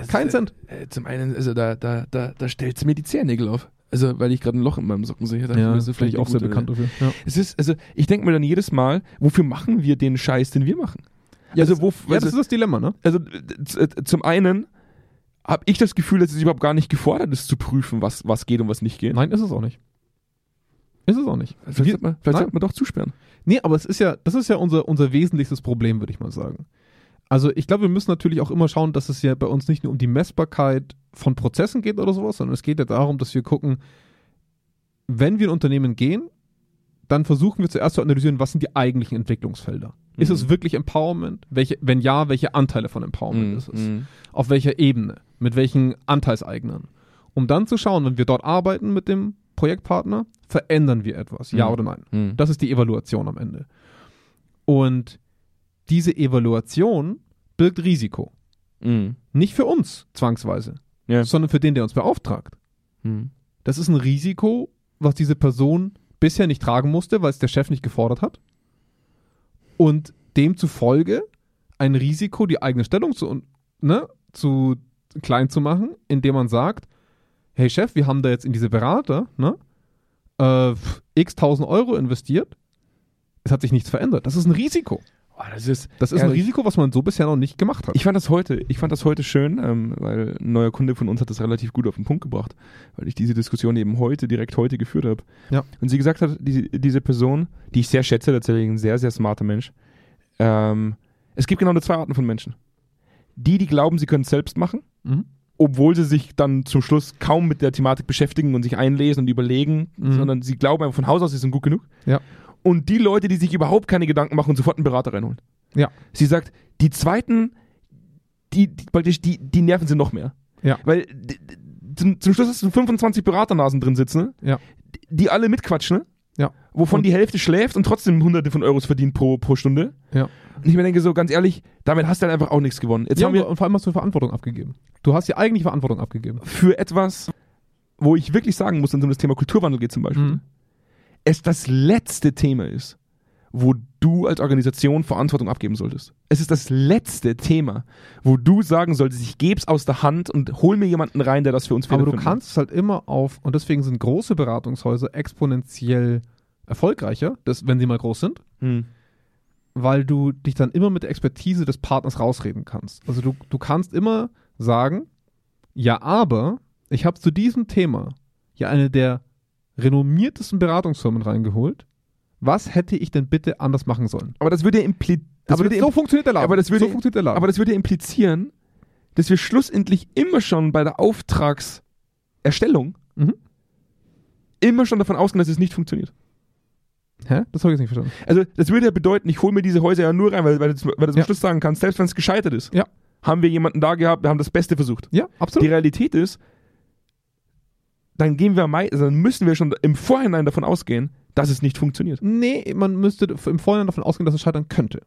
Speaker 2: Kein Cent.
Speaker 1: Äh, zum einen, also da, da, da, da stellt es mir die Zehennägel auf. Also, weil ich gerade ein Loch in meinem Socken sehe. dachte ich mir,
Speaker 2: Ja,
Speaker 1: das
Speaker 2: das
Speaker 1: ist
Speaker 2: ist vielleicht auch
Speaker 1: eine
Speaker 2: sehr
Speaker 1: gute-
Speaker 2: bekannt dafür.
Speaker 1: Es ist, also ich denke mir dann jedes Mal, wofür machen wir den Scheiß, den wir machen? also,
Speaker 2: das,
Speaker 1: wo,
Speaker 2: ja, das
Speaker 1: also,
Speaker 2: ist das Dilemma, ne?
Speaker 1: also äh, z- äh, zum einen habe ich das Gefühl, dass es überhaupt gar nicht gefordert ist, zu prüfen, was, was geht und was nicht geht.
Speaker 2: Nein, ist es auch nicht. Ist es auch nicht.
Speaker 1: Vielleicht,
Speaker 2: Wir-
Speaker 1: sollte, man, vielleicht
Speaker 2: nein.
Speaker 1: sollte man doch zusperren.
Speaker 2: Nee, aber es ist ja, das ist ja unser, unser wesentlichstes Problem, würde ich mal sagen. Also ich glaube, wir müssen natürlich auch immer schauen, dass es ja bei uns nicht nur um die Messbarkeit von Prozessen geht oder sowas, sondern es geht ja darum, dass wir gucken, wenn wir in Unternehmen gehen, dann versuchen wir zuerst zu analysieren, was sind die eigentlichen Entwicklungsfelder. Ist
Speaker 1: Mhm.
Speaker 2: es wirklich Empowerment? Welche, wenn ja, welche Anteile von Empowerment Oh, ist es?
Speaker 1: Mhm.
Speaker 2: auf welcher Ebene, mit welchen Anteilseignern. Um dann zu schauen, wenn wir dort arbeiten mit dem Projektpartner, verändern wir etwas, ja
Speaker 1: Mhm.
Speaker 2: oder nein.
Speaker 1: Mhm.
Speaker 2: Das ist die Evaluation am Ende. Und diese Evaluation birgt Risiko.
Speaker 1: Mhm.
Speaker 2: Nicht für uns zwangsweise,
Speaker 1: Ja.
Speaker 2: sondern für den, der uns beauftragt.
Speaker 1: Mhm.
Speaker 2: Das ist ein Risiko, was diese Person bisher nicht tragen musste, weil es der Chef nicht gefordert hat. Und demzufolge ein Risiko, die eigene Stellung zu, ne, zu klein zu machen, indem man sagt, hey Chef, wir haben da jetzt in diese Berater ne, äh, x tausend Euro investiert, es hat sich nichts verändert. Das ist ein Risiko.
Speaker 1: Oh, das ist,
Speaker 2: Das ist ein
Speaker 1: Ehrlich?
Speaker 2: Risiko, was man so bisher noch nicht gemacht hat.
Speaker 1: Ich fand das heute, ich fand das heute schön, ähm, weil ein neuer Kunde von uns hat das relativ gut auf den Punkt gebracht, weil ich diese Diskussion eben heute, direkt heute geführt habe.
Speaker 2: Ja.
Speaker 1: Und sie gesagt hat, diese, diese Person, die ich sehr schätze, tatsächlich ein sehr, sehr smarter Mensch, ähm, es gibt genau nur zwei Arten von Menschen. Die, die glauben, sie können es selbst machen,
Speaker 2: Mhm.
Speaker 1: obwohl sie sich dann zum Schluss kaum mit der Thematik beschäftigen und sich einlesen und überlegen,
Speaker 2: Mhm.
Speaker 1: sondern sie glauben einfach von Haus aus, sie sind gut genug.
Speaker 2: Ja.
Speaker 1: Und die Leute, die sich überhaupt keine Gedanken machen und sofort einen Berater reinholen.
Speaker 2: Ja.
Speaker 1: Sie sagt, die zweiten, die, die praktisch, die, die nerven sie noch mehr.
Speaker 2: Ja.
Speaker 1: Weil d- d- zum, zum Schluss hast du 25 Beraternasen drin sitzen,
Speaker 2: Ja.
Speaker 1: die- die alle mitquatschen,
Speaker 2: Ja.
Speaker 1: wovon
Speaker 2: Und-
Speaker 1: die Hälfte schläft und trotzdem hunderte von Euros verdient pro, pro Stunde.
Speaker 2: Ja.
Speaker 1: Und ich mir denke so, ganz ehrlich, damit hast du halt einfach auch nichts gewonnen. Jetzt
Speaker 2: Ja,
Speaker 1: haben wir
Speaker 2: und vor allem hast du Verantwortung abgegeben. Du hast ja eigentlich Verantwortung abgegeben.
Speaker 1: für etwas, wo ich wirklich sagen muss, wenn es um das Thema Kulturwandel geht zum Beispiel,
Speaker 2: Mhm.
Speaker 1: es das letzte Thema ist, wo du als Organisation Verantwortung abgeben solltest. Es ist das letzte Thema, wo du sagen solltest, ich geb's aus der Hand und hol mir jemanden rein, der das für uns
Speaker 2: Aber du
Speaker 1: federführend
Speaker 2: kannst es halt immer auf, und deswegen sind große Beratungshäuser exponentiell erfolgreicher, das, wenn sie mal groß sind,
Speaker 1: macht. Hm.
Speaker 2: weil du dich dann immer mit der Expertise des Partners rausreden kannst. Also du, du kannst immer sagen, ja, aber ich habe zu diesem Thema ja eine der renommiertesten Beratungsfirmen reingeholt. Was hätte ich denn bitte anders machen sollen?
Speaker 1: Aber das würde ja impli das
Speaker 2: aber
Speaker 1: würde
Speaker 2: das, so funktioniert der Laden.
Speaker 1: aber das würde-
Speaker 2: so funktioniert der Laden.
Speaker 1: Aber das würde ja implizieren, dass wir schlussendlich immer schon bei der Auftragserstellung
Speaker 2: Mhm.
Speaker 1: immer schon davon ausgehen, dass es nicht funktioniert.
Speaker 2: Hä? Das habe ich jetzt nicht verstanden.
Speaker 1: Also das würde ja bedeuten, ich hole mir diese Häuser ja nur rein, weil, weil, du, zum- weil du zum
Speaker 2: Ja.
Speaker 1: Schluss sagen kannst, selbst wenn es gescheitert ist,
Speaker 2: Ja.
Speaker 1: haben wir jemanden da gehabt, wir haben das Beste versucht.
Speaker 2: Ja, absolut.
Speaker 1: Die Realität ist, dann gehen wir mei- also dann müssen wir schon im Vorhinein davon ausgehen, dass es nicht funktioniert.
Speaker 2: Nee, man müsste im Vorhinein davon ausgehen, dass es scheitern könnte.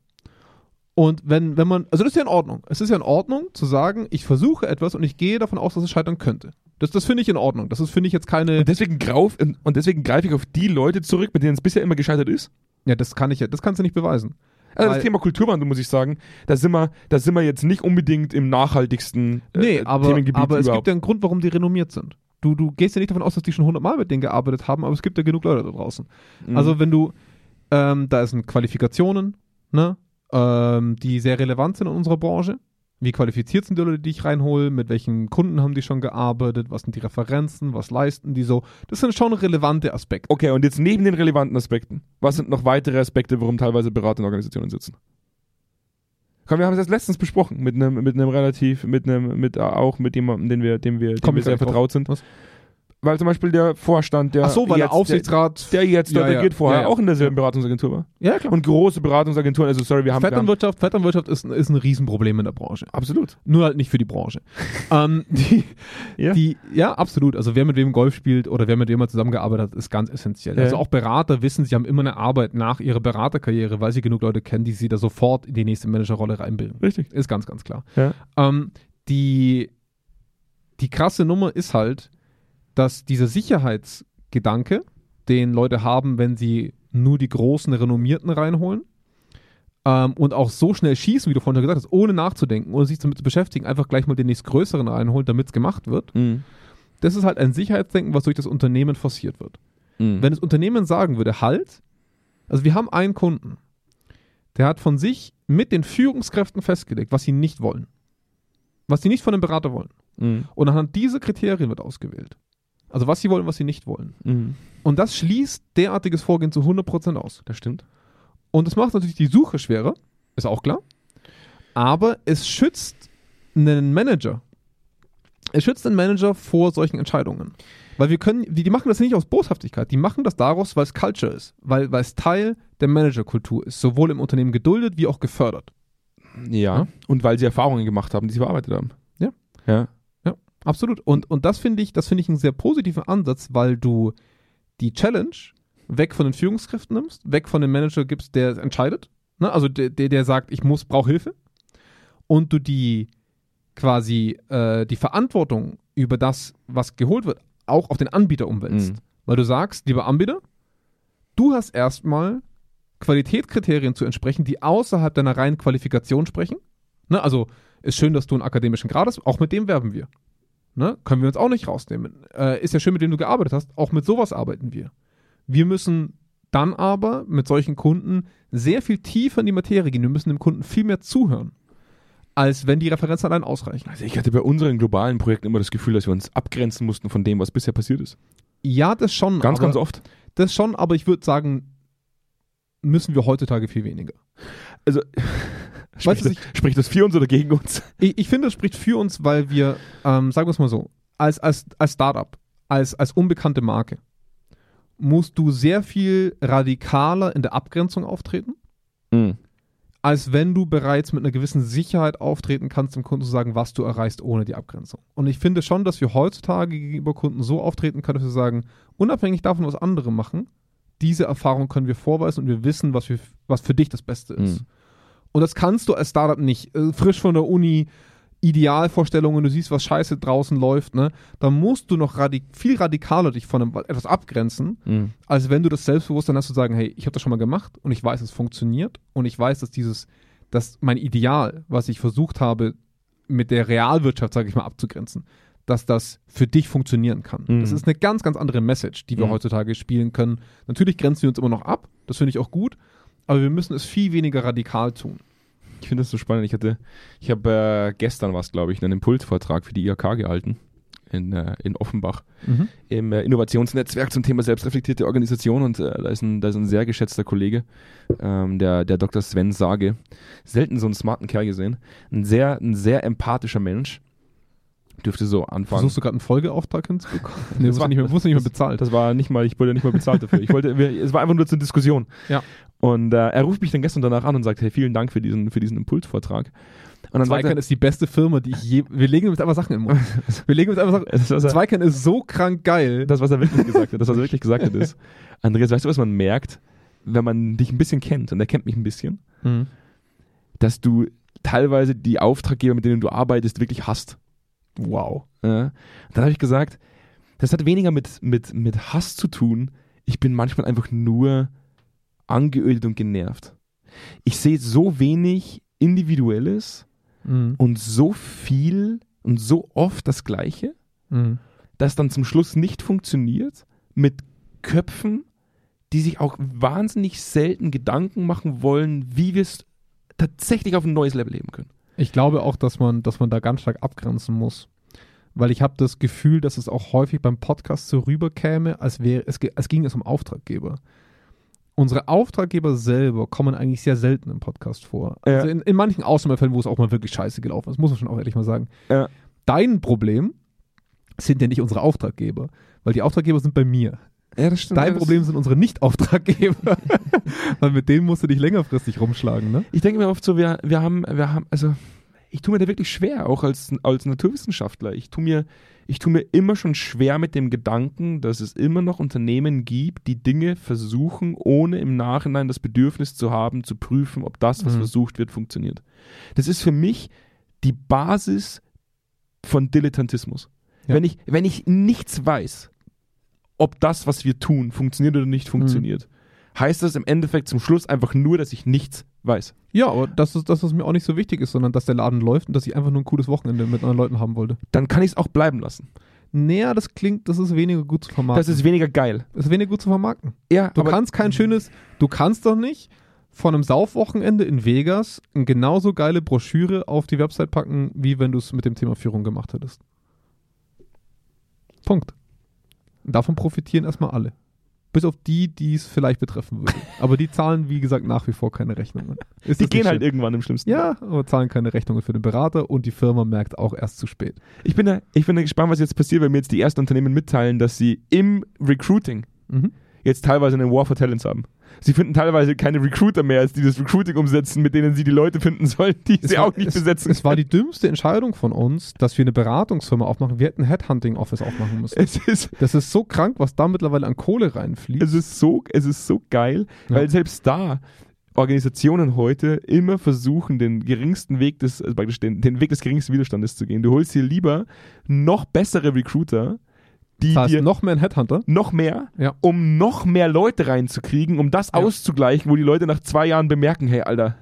Speaker 2: Und wenn, wenn man, also das ist ja in Ordnung. Es ist ja in Ordnung zu sagen, ich versuche etwas und ich gehe davon aus, dass es scheitern könnte. Das, das finde ich in Ordnung. Das ist, finde ich jetzt keine,
Speaker 1: Und Äh, deswegen, grauf, und deswegen greife ich auf die Leute zurück, mit denen es bisher immer gescheitert ist.
Speaker 2: ja, das kann ich ja, das kannst du nicht beweisen.
Speaker 1: Also das
Speaker 2: Weil-
Speaker 1: Thema Kulturwandel, muss ich sagen, da sind wir, da sind wir jetzt nicht unbedingt im nachhaltigsten äh,
Speaker 2: Nee, aber,
Speaker 1: Themengebiet
Speaker 2: aber es gibt
Speaker 1: überhaupt.
Speaker 2: ja einen Grund, warum die renommiert sind. Du, du gehst ja nicht davon aus, dass die schon hundertmal mit denen gearbeitet haben, aber es gibt ja genug Leute da draußen.
Speaker 1: Mhm.
Speaker 2: Also wenn du, ähm, da sind Qualifikationen, ne, ähm, die sehr relevant sind in unserer Branche. Wie qualifiziert sind die Leute, die ich reinhole? Mit welchen Kunden haben die schon gearbeitet? Was sind die Referenzen? Was leisten die so? Das sind schon relevante Aspekte.
Speaker 1: okay, und jetzt neben den relevanten Aspekten, was sind noch weitere Aspekte, warum teilweise Berater in Organisationen sitzen? Komm, wir haben es erst letztens besprochen mit einem mit einem relativ mit einem mit äh, auch mit jemandem, den wir dem wir, dem
Speaker 2: Komm
Speaker 1: wir
Speaker 2: ich gar
Speaker 1: sehr
Speaker 2: nicht drauf.
Speaker 1: vertraut sind.
Speaker 2: Was?
Speaker 1: Weil zum Beispiel der Vorstand, der
Speaker 2: Ach so, weil
Speaker 1: jetzt,
Speaker 2: der Aufsichtsrat.
Speaker 1: der, der jetzt
Speaker 2: Ja,
Speaker 1: dort
Speaker 2: ja.
Speaker 1: agiert, vorher
Speaker 2: Ja, ja.
Speaker 1: auch in derselben Beratungsagentur war.
Speaker 2: ja, klar.
Speaker 1: Und große Beratungsagenturen, also sorry, wir haben, wir haben
Speaker 2: Vetternwirtschaft, Vetternwirtschaft ist, ein- ist ein Riesenproblem in der Branche.
Speaker 1: absolut.
Speaker 2: Nur halt nicht für die Branche. ähm, die,
Speaker 1: Ja.
Speaker 2: Die, ja, absolut. Also wer mit wem Golf spielt oder wer mit wem mal zusammengearbeitet hat, ist ganz essentiell.
Speaker 1: Ja.
Speaker 2: Also auch Berater wissen, sie haben immer eine Arbeit nach ihrer Beraterkarriere, weil sie genug Leute kennen, die sie da sofort in die nächste Managerrolle reinbilden.
Speaker 1: Richtig.
Speaker 2: Ist ganz, ganz klar.
Speaker 1: Ja.
Speaker 2: Ähm, die, die krasse Nummer ist halt, dass dieser Sicherheitsgedanke, den Leute haben, wenn sie nur die großen Renommierten reinholen ähm, und auch so schnell schießen, wie du vorhin schon gesagt hast, ohne nachzudenken, ohne sich damit zu beschäftigen, einfach gleich mal den nächstgrößeren reinholen, damit es gemacht wird.
Speaker 1: Mhm.
Speaker 2: Das ist halt ein Sicherheitsdenken, was durch das Unternehmen forciert wird.
Speaker 1: Mhm. Hm.
Speaker 2: Wenn das Unternehmen sagen würde, halt, also wir haben einen Kunden, der hat von sich mit den Führungskräften festgelegt, was sie nicht wollen. Was sie nicht von einem Berater wollen.
Speaker 1: Mhm.
Speaker 2: Und anhand dieser Kriterien wird ausgewählt. Also was sie wollen, was sie nicht wollen.
Speaker 1: Mhm.
Speaker 2: Und das schließt derartiges Vorgehen zu 100% aus.
Speaker 1: Das stimmt.
Speaker 2: Und das macht natürlich die Suche schwerer, ist auch klar. Aber es schützt einen Manager. Es schützt einen Manager vor solchen Entscheidungen. Weil wir können, die, die machen das nicht aus Boshaftigkeit, die machen das daraus, weil es Culture ist, weil, weil es Teil der Managerkultur ist, sowohl im Unternehmen geduldet wie auch gefördert.
Speaker 1: Ja.
Speaker 2: Ja.
Speaker 1: Und weil sie Erfahrungen gemacht haben, die sie bearbeitet haben.
Speaker 2: Ja.
Speaker 1: Ja.
Speaker 2: Absolut. Und, und das finde ich, das finde ich einen sehr positiven Ansatz, weil du die Challenge weg von den Führungskräften nimmst, weg von dem Manager gibst, der entscheidet. Ne? Also der, der, der sagt, ich muss, brauche Hilfe. Und du die quasi äh, die Verantwortung über das, was geholt wird, auch auf den Anbieter umwälzt.
Speaker 1: Mhm.
Speaker 2: Weil du sagst, lieber Anbieter, du hast erstmal Qualitätskriterien zu entsprechen, die außerhalb deiner reinen Qualifikation sprechen. Ne? Also Ist schön, dass du einen akademischen Grad hast, auch mit dem werben wir. Ne? Können wir uns auch nicht rausnehmen. Äh, ist ja schön, mit dem du gearbeitet hast, auch mit sowas arbeiten wir. Wir müssen dann aber mit solchen Kunden sehr viel tiefer in die Materie gehen. Wir müssen dem Kunden viel mehr zuhören, als wenn die Referenzen allein ausreichen.
Speaker 1: Also ich hatte bei unseren globalen Projekten immer das Gefühl, dass wir uns abgrenzen mussten von dem, was bisher passiert ist.
Speaker 2: Ja, das schon.
Speaker 1: Ganz,
Speaker 2: aber,
Speaker 1: ganz oft.
Speaker 2: Das schon, aber ich würde sagen, müssen wir heutzutage viel weniger.
Speaker 1: Also spricht,
Speaker 2: du,
Speaker 1: das, spricht das für uns oder gegen uns?
Speaker 2: Ich, ich finde, das spricht für uns, weil wir, ähm, sagen wir es mal so, als, als, als Startup, als, als unbekannte Marke, musst du sehr viel radikaler in der Abgrenzung auftreten, als wenn du bereits mit einer gewissen Sicherheit auftreten kannst, dem Kunden zu sagen, was du erreichst ohne die Abgrenzung. Und ich finde schon, dass wir heutzutage gegenüber Kunden so auftreten können, dass wir sagen, unabhängig davon, was andere machen, diese Erfahrung können wir vorweisen und wir wissen, was, wir, was für dich das Beste ist.
Speaker 1: Mhm.
Speaker 2: Und das kannst du als Startup nicht. Äh, Frisch von der Uni, Idealvorstellungen, du siehst, was scheiße draußen läuft, ne? Da musst du noch radik viel radikaler dich von einem, etwas abgrenzen,
Speaker 1: Mhm.
Speaker 2: als wenn du das Selbstbewusstsein hast zu sagen, hey, ich habe das schon mal gemacht und ich weiß, es funktioniert und ich weiß, dass dieses, dass mein Ideal, was ich versucht habe, mit der Realwirtschaft, sage ich mal, abzugrenzen, dass das für dich funktionieren kann.
Speaker 1: Mhm.
Speaker 2: Das ist eine ganz, ganz andere Message, die wir
Speaker 1: Mhm.
Speaker 2: heutzutage spielen können. Natürlich grenzen wir uns immer noch ab, das finde ich auch gut, aber wir müssen es viel weniger radikal tun.
Speaker 1: Ich finde das so spannend. Ich hatte, ich habe äh, gestern was, glaube ich, einen Impulsvortrag für die IHK gehalten in, äh, in Offenbach im äh, Innovationsnetzwerk zum Thema selbstreflektierte Organisation und äh, da, ist ein, da ist ein sehr geschätzter Kollege, ähm, der, der Dr. Sven Sage. Selten so einen smarten Kerl gesehen. Ein sehr, ein sehr empathischer Mensch. Dürfte so anfangen.
Speaker 2: Versuchst du gerade einen Folgeauftrag hinzubekommen? nee,
Speaker 1: Das
Speaker 2: das
Speaker 1: war-
Speaker 2: war nicht mehr, wusste nicht mehr bezahlt.
Speaker 1: Das war nicht mal, ich wurde nicht mal bezahlt dafür. Ich wollte, wir, es war einfach nur zur Diskussion.
Speaker 2: Ja.
Speaker 1: Und äh, er ruft mich dann gestern danach an und sagt, hey, vielen Dank für diesen, für diesen Impulsvortrag. Und dann sagt
Speaker 2: Zweikern
Speaker 1: er,
Speaker 2: ist die beste Firma, die ich je. Wir legen uns einfach Sachen im Mund. Wir legen uns einfach Sachen.
Speaker 1: es ist, also-
Speaker 2: Zweikern ist so krank geil.
Speaker 1: das, was er wirklich gesagt hat, das, was er wirklich gesagt hat, ist, Andreas, weißt du, was man merkt, wenn man dich ein bisschen kennt, und er kennt mich ein bisschen,
Speaker 2: Mhm.
Speaker 1: dass du teilweise die Auftraggeber, mit denen du arbeitest, wirklich hasst.
Speaker 2: Wow.
Speaker 1: Ja? Dann habe ich gesagt, das hat weniger mit, mit, mit Hass zu tun. Ich bin manchmal einfach nur angeödet und genervt. Ich sehe so wenig Individuelles
Speaker 2: Mhm.
Speaker 1: und so viel und so oft das Gleiche,
Speaker 2: Mhm.
Speaker 1: das dann zum Schluss nicht funktioniert mit Köpfen, die sich auch wahnsinnig selten Gedanken machen wollen, wie wir es tatsächlich auf ein neues Level heben können.
Speaker 2: Ich glaube auch, dass man, dass man da ganz stark abgrenzen muss. Weil ich habe das Gefühl, dass es auch häufig beim Podcast so rüberkäme, als, wäre, es, ge- als ging es um Auftraggeber. Unsere Auftraggeber selber kommen eigentlich sehr selten im Podcast vor.
Speaker 1: Ja.
Speaker 2: Also in, in manchen Ausnahmefällen, wo es auch mal wirklich scheiße gelaufen ist, muss man schon auch ehrlich mal sagen.
Speaker 1: Ja.
Speaker 2: Dein Problem sind ja nicht unsere Auftraggeber, weil die Auftraggeber sind bei mir.
Speaker 1: Ja, das stimmt.
Speaker 2: Dein Problem sind unsere Nicht-Auftraggeber, weil mit denen musst du dich längerfristig rumschlagen. Ne?
Speaker 1: Ich denke mir oft so, wir, wir haben, wir haben, also ich tue mir da wirklich schwer, auch als, als Naturwissenschaftler. Ich tue, mir, ich tue mir immer schon schwer mit dem Gedanken, dass es immer noch Unternehmen gibt, die Dinge versuchen, ohne im Nachhinein das Bedürfnis zu haben, zu prüfen, ob das, was
Speaker 2: Mhm.
Speaker 1: versucht wird, funktioniert. Das ist für mich die Basis von Dilettantismus.
Speaker 2: Ja.
Speaker 1: Wenn, ich, wenn ich nichts weiß, ob das, was wir tun, funktioniert oder
Speaker 2: Mhm.
Speaker 1: nicht funktioniert, heißt das im Endeffekt zum Schluss einfach nur, dass ich nichts weiß.
Speaker 2: Ja, aber dass es, dass es mir auch nicht so wichtig ist, sondern dass der Laden läuft und dass ich einfach nur ein cooles Wochenende mit anderen Leuten haben wollte.
Speaker 1: dann kann ich es auch bleiben lassen.
Speaker 2: Naja, das klingt, das ist weniger gut zu vermarkten.
Speaker 1: Das ist weniger geil.
Speaker 2: Das ist weniger gut zu vermarkten.
Speaker 1: Ja,
Speaker 2: Du
Speaker 1: aber
Speaker 2: kannst kein schönes, du kannst doch nicht von einem Saufwochenende in Vegas eine genauso geile Broschüre auf die Website packen, wie wenn du es mit dem Thema Führung gemacht hättest. Punkt. Davon profitieren erstmal alle. Bis auf die, die es vielleicht betreffen würde. Aber die zahlen, wie gesagt, nach wie vor keine Rechnungen. Ist
Speaker 1: die
Speaker 2: das nicht
Speaker 1: gehen
Speaker 2: schön?
Speaker 1: halt irgendwann im schlimmsten.
Speaker 2: Ja, aber zahlen keine Rechnungen für den Berater und die Firma merkt auch erst zu spät.
Speaker 1: Ich bin, da, ich bin da gespannt, was jetzt passiert, wenn mir jetzt die ersten Unternehmen mitteilen, dass sie im Recruiting
Speaker 2: Mhm.
Speaker 1: jetzt teilweise einen War for Talents haben. Sie finden teilweise keine Recruiter mehr, als die das Recruiting umsetzen, mit denen sie die Leute finden sollen, die sie auch nicht
Speaker 2: es,
Speaker 1: besetzen.
Speaker 2: Es war die dümmste Entscheidung von uns, dass wir eine Beratungsfirma aufmachen. Wir hätten ein Headhunting-Office aufmachen müssen.
Speaker 1: es ist
Speaker 2: Das ist so krank, was da mittlerweile an Kohle reinfliegt.
Speaker 1: es ist so, es ist so geil,
Speaker 2: Ja.
Speaker 1: weil selbst da Organisationen heute immer versuchen, den geringsten Weg des, also praktisch den, den Weg des geringsten Widerstandes zu gehen. Du holst dir lieber noch bessere Recruiter, die
Speaker 2: Das heißt,
Speaker 1: dir
Speaker 2: noch mehr ein Headhunter.
Speaker 1: noch mehr,
Speaker 2: Ja.
Speaker 1: um noch mehr Leute reinzukriegen, um das
Speaker 2: Ja.
Speaker 1: auszugleichen, wo die Leute nach zwei Jahren bemerken, hey Alter,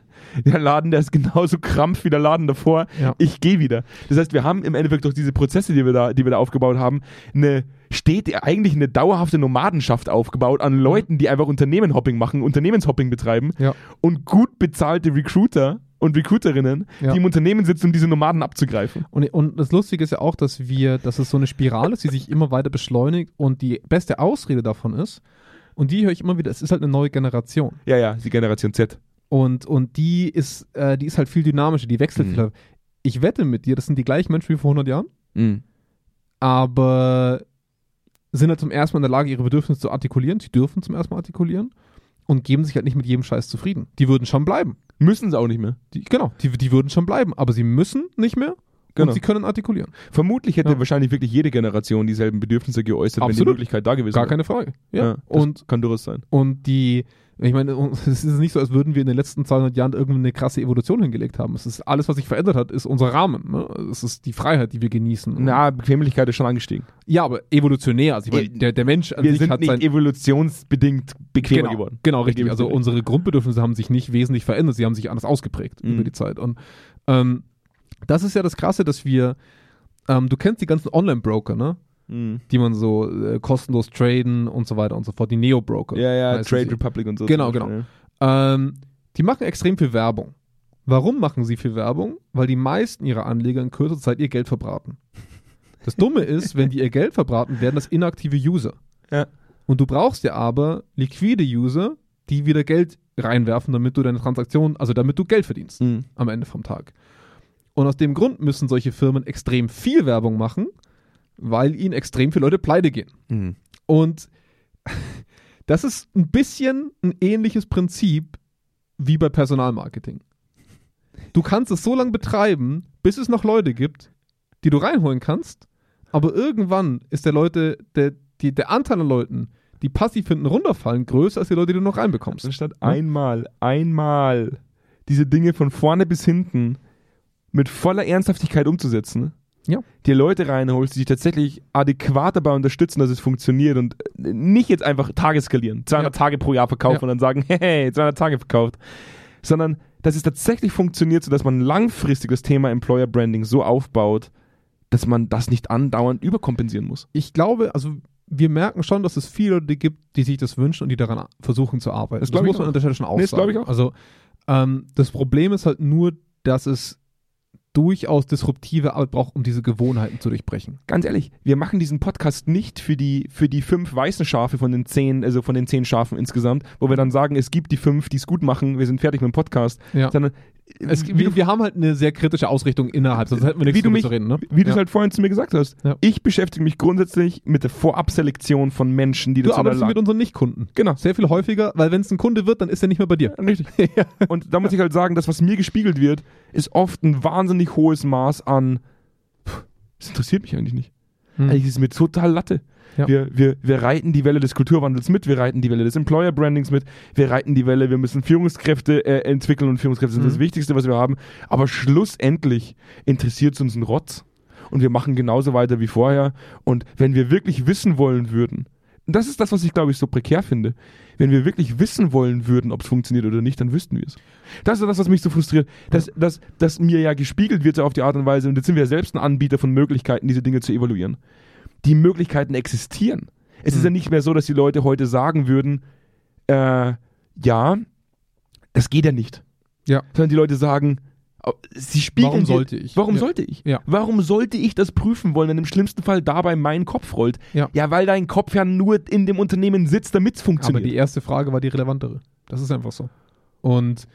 Speaker 1: Der Laden, der ist genauso krampf wie der Laden davor.
Speaker 2: Ja.
Speaker 1: Ich gehe wieder. Das heißt, wir haben im Endeffekt durch diese Prozesse, die wir da, die wir da aufgebaut haben, eine steht eigentlich eine dauerhafte Nomadenschaft aufgebaut an Leuten, die einfach Unternehmenhopping machen, Unternehmenshopping betreiben
Speaker 2: Ja.
Speaker 1: und gut bezahlte Recruiter und Recruiterinnen,
Speaker 2: Ja.
Speaker 1: die im Unternehmen sitzen, um diese Nomaden abzugreifen.
Speaker 2: Und, und das Lustige ist ja auch, dass wir, dass es so eine Spirale ist, die sich immer weiter beschleunigt und die beste Ausrede davon ist, und die höre ich immer wieder, es ist halt eine neue Generation.
Speaker 1: Ja, ja, die Generation Z.
Speaker 2: Und, und die ist, äh, die ist halt viel dynamischer, die wechselt
Speaker 1: Mhm.
Speaker 2: viel. Ich wette mit dir, das sind die gleichen Menschen wie vor 100 Jahren,
Speaker 1: Mhm.
Speaker 2: aber sind halt zum ersten Mal in der Lage, ihre Bedürfnisse zu artikulieren. Sie dürfen zum ersten Mal artikulieren und geben sich halt nicht mit jedem Scheiß zufrieden. Die würden schon bleiben.
Speaker 1: Müssen sie auch nicht mehr.
Speaker 2: Die, genau, die, die würden schon bleiben, aber sie müssen nicht mehr
Speaker 1: Genau.
Speaker 2: und sie können artikulieren.
Speaker 1: Vermutlich hätte
Speaker 2: Ja.
Speaker 1: wahrscheinlich wirklich jede Generation dieselben Bedürfnisse geäußert, wenn die
Speaker 2: Absolut.
Speaker 1: Möglichkeit da gewesen
Speaker 2: Gar
Speaker 1: wäre.
Speaker 2: keine Frage.
Speaker 1: Ja,
Speaker 2: Ja.
Speaker 1: das
Speaker 2: und
Speaker 1: kann durchaus sein.
Speaker 2: Und die, ich meine, und es ist nicht so, als würden wir in den letzten 200 Jahren irgendeine krasse Evolution hingelegt haben. Es ist alles, was sich verändert hat, ist unser Rahmen. Ne? Es ist die Freiheit, die wir genießen.
Speaker 1: Na, Bequemlichkeit ist schon angestiegen.
Speaker 2: ja, aber evolutionär. Also ich meine,
Speaker 1: Wir-
Speaker 2: der, der Mensch an
Speaker 1: Wir
Speaker 2: sich
Speaker 1: sind
Speaker 2: hat
Speaker 1: nicht
Speaker 2: sein
Speaker 1: evolutionsbedingt bequemer
Speaker 2: genau,
Speaker 1: geworden.
Speaker 2: Genau, richtig.
Speaker 1: Gebe ich
Speaker 2: Also
Speaker 1: dir
Speaker 2: unsere Grundbedürfnisse haben sich nicht wesentlich verändert, sie haben sich anders ausgeprägt
Speaker 1: Mhm.
Speaker 2: über die Zeit. Und ähm, das ist ja das Krasse, dass wir, ähm, du kennst die ganzen Online-Broker, ne?
Speaker 1: Mhm.
Speaker 2: Die man so äh, kostenlos traden und so weiter und so fort, die Neo-Broker.
Speaker 1: Ja, ja,
Speaker 2: heißen
Speaker 1: Trade
Speaker 2: sie.
Speaker 1: Republic und so.
Speaker 2: Genau,
Speaker 1: zum Beispiel,
Speaker 2: genau.
Speaker 1: ja.
Speaker 2: Ähm, die machen extrem viel Werbung. Warum machen sie viel Werbung? Weil die meisten ihrer Anleger in kürzer Zeit ihr Geld verbraten. Das Dumme ist, wenn die ihr Geld verbraten, werden das inaktive User.
Speaker 1: Ja.
Speaker 2: Und du brauchst ja aber liquide User, die wieder Geld reinwerfen, damit du deine Transaktion, also damit du Geld verdienst
Speaker 1: Mhm.
Speaker 2: am Ende vom Tag. Und aus dem Grund müssen solche Firmen extrem viel Werbung machen, weil ihnen extrem viele Leute pleite gehen.
Speaker 1: Mhm.
Speaker 2: Und das ist ein bisschen ein ähnliches Prinzip wie bei Personalmarketing. Du kannst es so lange betreiben, bis es noch Leute gibt, die du reinholen kannst, aber irgendwann ist der Leute, der, die, der Anteil an Leuten, die passiv hinten runterfallen, größer als die Leute, die du noch reinbekommst. Ne?
Speaker 1: Anstatt einmal, einmal diese Dinge von vorne bis hinten mit voller Ernsthaftigkeit umzusetzen,
Speaker 2: Ja.
Speaker 1: dir Leute reinholst, die dich tatsächlich adäquat dabei unterstützen, dass es funktioniert und äh, nicht jetzt einfach Tage skalieren, 200
Speaker 2: Ja.
Speaker 1: Tage pro Jahr verkaufen
Speaker 2: Ja.
Speaker 1: und dann sagen, hey, 200 Tage verkauft, sondern dass es tatsächlich funktioniert, sodass man langfristig das Thema Employer Branding so aufbaut, dass man das nicht andauernd überkompensieren muss.
Speaker 2: Ich glaube, also wir merken schon, dass es viele Leute gibt, die sich das wünschen und die daran versuchen zu arbeiten.
Speaker 1: Das glaub ich
Speaker 2: muss man
Speaker 1: auch.
Speaker 2: an der Stelle schon auch
Speaker 1: Nee, das
Speaker 2: sagen.
Speaker 1: glaub ich auch.
Speaker 2: Also ähm, das Problem ist halt nur, dass es durchaus disruptive Arbeit braucht, um diese Gewohnheiten zu durchbrechen.
Speaker 1: ganz ehrlich, wir machen diesen Podcast nicht für die, für die fünf weißen Schafe von den zehn, also von den zehn Schafen insgesamt, wo wir dann sagen, es gibt die fünf, die es gut machen, wir sind fertig mit dem Podcast,
Speaker 2: Ja.
Speaker 1: sondern
Speaker 2: Es,
Speaker 1: wie,
Speaker 2: wir,
Speaker 1: du,
Speaker 2: wir haben halt eine sehr kritische Ausrichtung innerhalb, sonst hätten wir
Speaker 1: Wie
Speaker 2: nichts
Speaker 1: du
Speaker 2: drüber
Speaker 1: mich-
Speaker 2: zu reden. Ne?
Speaker 1: wie du es
Speaker 2: ja.
Speaker 1: halt vorhin zu mir gesagt hast.
Speaker 2: Ja.
Speaker 1: Ich beschäftige mich grundsätzlich mit der Vorabselektion von Menschen, die
Speaker 2: du
Speaker 1: dazu in der
Speaker 2: arbeitest mit
Speaker 1: Lage-
Speaker 2: unseren Nichtkunden.
Speaker 1: Genau.
Speaker 2: Sehr viel häufiger, weil wenn es ein Kunde wird, dann ist er nicht mehr bei dir.
Speaker 1: Richtig.
Speaker 2: Ja.
Speaker 1: Und da muss ich halt sagen, das, was mir gespiegelt wird, ist oft ein wahnsinnig hohes Maß an, pff, das interessiert mich eigentlich nicht. Eigentlich ist es mir total Latte.
Speaker 2: Hm. Ja.
Speaker 1: Wir, wir, wir reiten die Welle des Kulturwandels mit, wir reiten die Welle des Employer Brandings mit, wir reiten die Welle, wir müssen Führungskräfte äh, entwickeln und Führungskräfte sind
Speaker 2: Mhm.
Speaker 1: das Wichtigste, was wir haben. Aber schlussendlich interessiert es uns ein Rotz und wir machen genauso weiter wie vorher. Und wenn wir wirklich wissen wollen würden, und das ist das, was ich glaube ich so prekär finde, wenn wir wirklich wissen wollen würden, ob es funktioniert oder nicht, dann wüssten wir es. Das ist das, was mich so frustriert, dass, dass, dass mir ja gespiegelt wird so auf die Art und Weise, und jetzt sind wir ja selbst ein Anbieter von Möglichkeiten, diese Dinge zu evaluieren die Möglichkeiten existieren. Es ist
Speaker 2: Mhm.
Speaker 1: ja nicht mehr so, dass die Leute heute sagen würden, äh, ja, das geht ja nicht.
Speaker 2: Ja.
Speaker 1: Sondern die Leute sagen, au- sie spiegeln.
Speaker 2: Warum
Speaker 1: dir-
Speaker 2: sollte ich?
Speaker 1: Warum
Speaker 2: Ja.
Speaker 1: sollte ich?
Speaker 2: Ja.
Speaker 1: Warum sollte ich das prüfen wollen, wenn im schlimmsten Fall dabei mein Kopf rollt?
Speaker 2: Ja.
Speaker 1: weil dein Kopf ja nur in dem Unternehmen sitzt, damit es
Speaker 2: Aber
Speaker 1: funktioniert.
Speaker 2: die erste Frage war die relevantere. Das ist einfach so. Und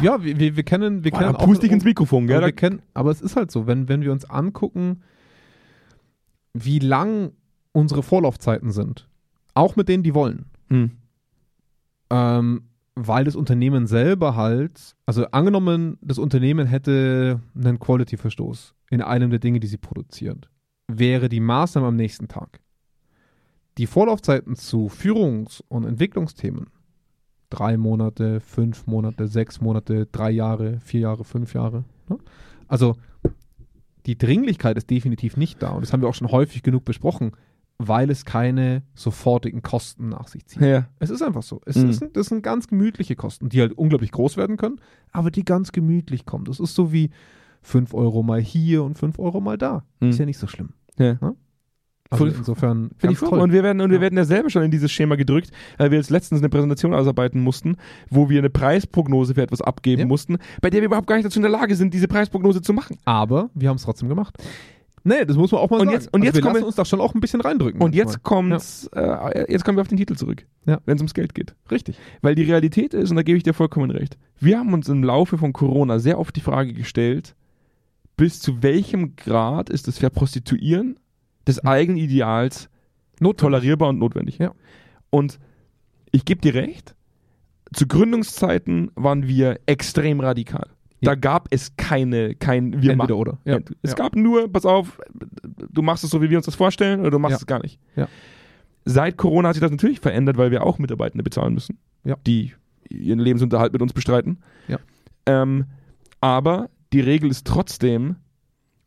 Speaker 2: ja, wir, wir, wir kennen, wir
Speaker 1: Boah,
Speaker 2: kennen
Speaker 1: da pust dich ins Mikrofon, gell?
Speaker 2: aber,
Speaker 1: Da-
Speaker 2: wir kennen, aber es ist halt so, wenn, wenn wir uns angucken, wie lang unsere Vorlaufzeiten sind, auch mit denen, die wollen,
Speaker 1: Hm.
Speaker 2: ähm, weil das Unternehmen selber halt, also angenommen, das Unternehmen hätte einen Quality-Verstoß in einem der Dinge, die sie produziert, wäre die Maßnahme am nächsten Tag. Die Vorlaufzeiten zu Führungs- und Entwicklungsthemen, drei Monate, fünf Monate, sechs Monate, drei Jahre, vier Jahre, fünf Jahre. Ne? Also die Dringlichkeit ist definitiv nicht da und das haben wir auch schon häufig genug besprochen, weil es keine sofortigen Kosten nach sich zieht.
Speaker 1: Ja.
Speaker 2: Es ist einfach so. Es
Speaker 1: Mhm.
Speaker 2: ist, das sind ganz gemütliche Kosten, die halt unglaublich groß werden können, aber die ganz gemütlich kommen. Das ist so wie 5 Euro mal hier und 5 Euro mal da.
Speaker 1: Mhm.
Speaker 2: Ist ja nicht so schlimm.
Speaker 1: Ja.
Speaker 2: Ne? Also
Speaker 1: Voll-
Speaker 2: insofern
Speaker 1: Finde ich
Speaker 2: ganz
Speaker 1: voll.
Speaker 2: toll.
Speaker 1: Und wir werden, und
Speaker 2: Ja.
Speaker 1: wir werden ja selber schon in dieses Schema gedrückt, weil wir jetzt letztens eine Präsentation ausarbeiten mussten, wo wir eine Preisprognose für etwas abgeben
Speaker 2: Ja.
Speaker 1: mussten, bei der wir überhaupt gar nicht dazu in der Lage sind, diese Preisprognose zu machen.
Speaker 2: aber wir haben es trotzdem gemacht. Nee, das muss man auch mal
Speaker 1: Und
Speaker 2: sagen.
Speaker 1: jetzt- und jetzt
Speaker 2: also wir
Speaker 1: kommen
Speaker 2: lassen
Speaker 1: wir-
Speaker 2: uns da schon auch ein bisschen reindrücken.
Speaker 1: Und
Speaker 2: manchmal.
Speaker 1: jetzt kommt's, äh, jetzt kommen wir auf den Titel zurück,
Speaker 2: Ja.
Speaker 1: wenn es ums Geld geht.
Speaker 2: Richtig.
Speaker 1: Weil die Realität ist, und da gebe ich dir vollkommen recht, wir haben uns im Laufe von Corona sehr oft die Frage gestellt, bis zu welchem Grad ist das Verprostituieren des eigenen Ideals tolerierbar und notwendig.
Speaker 2: Mhm. Ja.
Speaker 1: Und ich gebe dir recht, zu Gründungszeiten waren wir extrem radikal.
Speaker 2: Ja.
Speaker 1: Da gab es keine, kein wir
Speaker 2: Entweder
Speaker 1: machen.
Speaker 2: oder. Ja.
Speaker 1: Es
Speaker 2: ja.
Speaker 1: gab nur, pass auf, du machst es so, wie wir uns das vorstellen, oder du machst
Speaker 2: Ja.
Speaker 1: es gar nicht.
Speaker 2: Ja.
Speaker 1: Seit Corona hat sich das natürlich verändert, weil wir auch Mitarbeitende bezahlen müssen,
Speaker 2: Ja.
Speaker 1: die ihren Lebensunterhalt mit uns bestreiten.
Speaker 2: Ja.
Speaker 1: Ähm, aber die Regel ist trotzdem,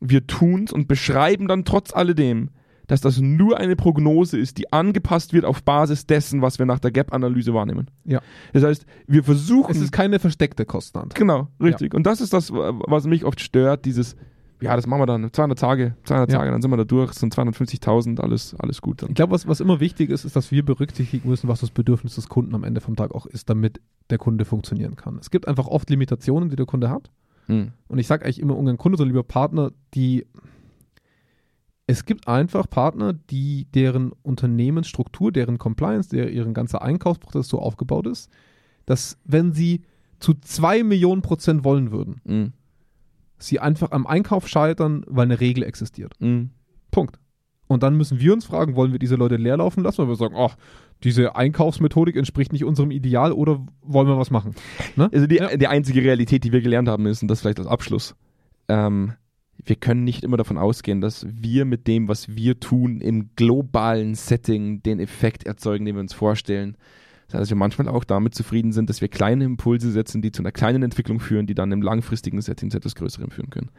Speaker 1: wir tun's und beschreiben dann trotz alledem, dass das nur eine Prognose ist, die angepasst wird auf Basis dessen, was wir nach der Gap-Analyse wahrnehmen.
Speaker 2: Ja.
Speaker 1: Das heißt, wir versuchen
Speaker 2: Es ist keine versteckte Kostenhand.
Speaker 1: Genau, richtig. Und das ist das, wa- was mich oft stört, dieses, ja, das machen wir dann, 200 Tage, 200
Speaker 2: Ja.
Speaker 1: Tage, dann sind wir da durch, es sind 250.000, alles, alles gut dann.
Speaker 2: Ich glaube, was, was immer wichtig ist, ist, dass wir berücksichtigen müssen, was das Bedürfnis des Kunden am Ende vom Tag auch ist, damit der Kunde funktionieren kann. Es gibt einfach oft Limitationen, die der Kunde hat.
Speaker 1: Mhm.
Speaker 2: Und ich sage eigentlich immer ungern Kunde, sondern lieber Partner, die. Es gibt einfach Partner, die deren Unternehmensstruktur, deren Compliance, der, ihren ganzer Einkaufsprozess so aufgebaut ist, dass wenn sie zu 2 Millionen Prozent wollen würden,
Speaker 1: Mhm.
Speaker 2: sie einfach am Einkauf scheitern, weil eine Regel existiert.
Speaker 1: Mhm.
Speaker 2: Punkt. Und dann müssen wir uns fragen, wollen wir diese Leute leerlaufen lassen, weil wir sagen, ach, diese Einkaufsmethodik entspricht nicht unserem Ideal oder wollen wir was machen?
Speaker 1: Also die,
Speaker 2: Ja.
Speaker 1: die einzige Realität, die wir gelernt haben, ist, und das vielleicht als Abschluss, ähm, wir können nicht immer davon ausgehen, dass wir mit dem, was wir tun, im globalen Setting den Effekt erzeugen, den wir uns vorstellen. Das heißt, dass wir manchmal auch damit zufrieden sind, dass wir kleine Impulse setzen, die zu einer kleinen Entwicklung führen, die dann im langfristigen Setting zu etwas Größerem führen können.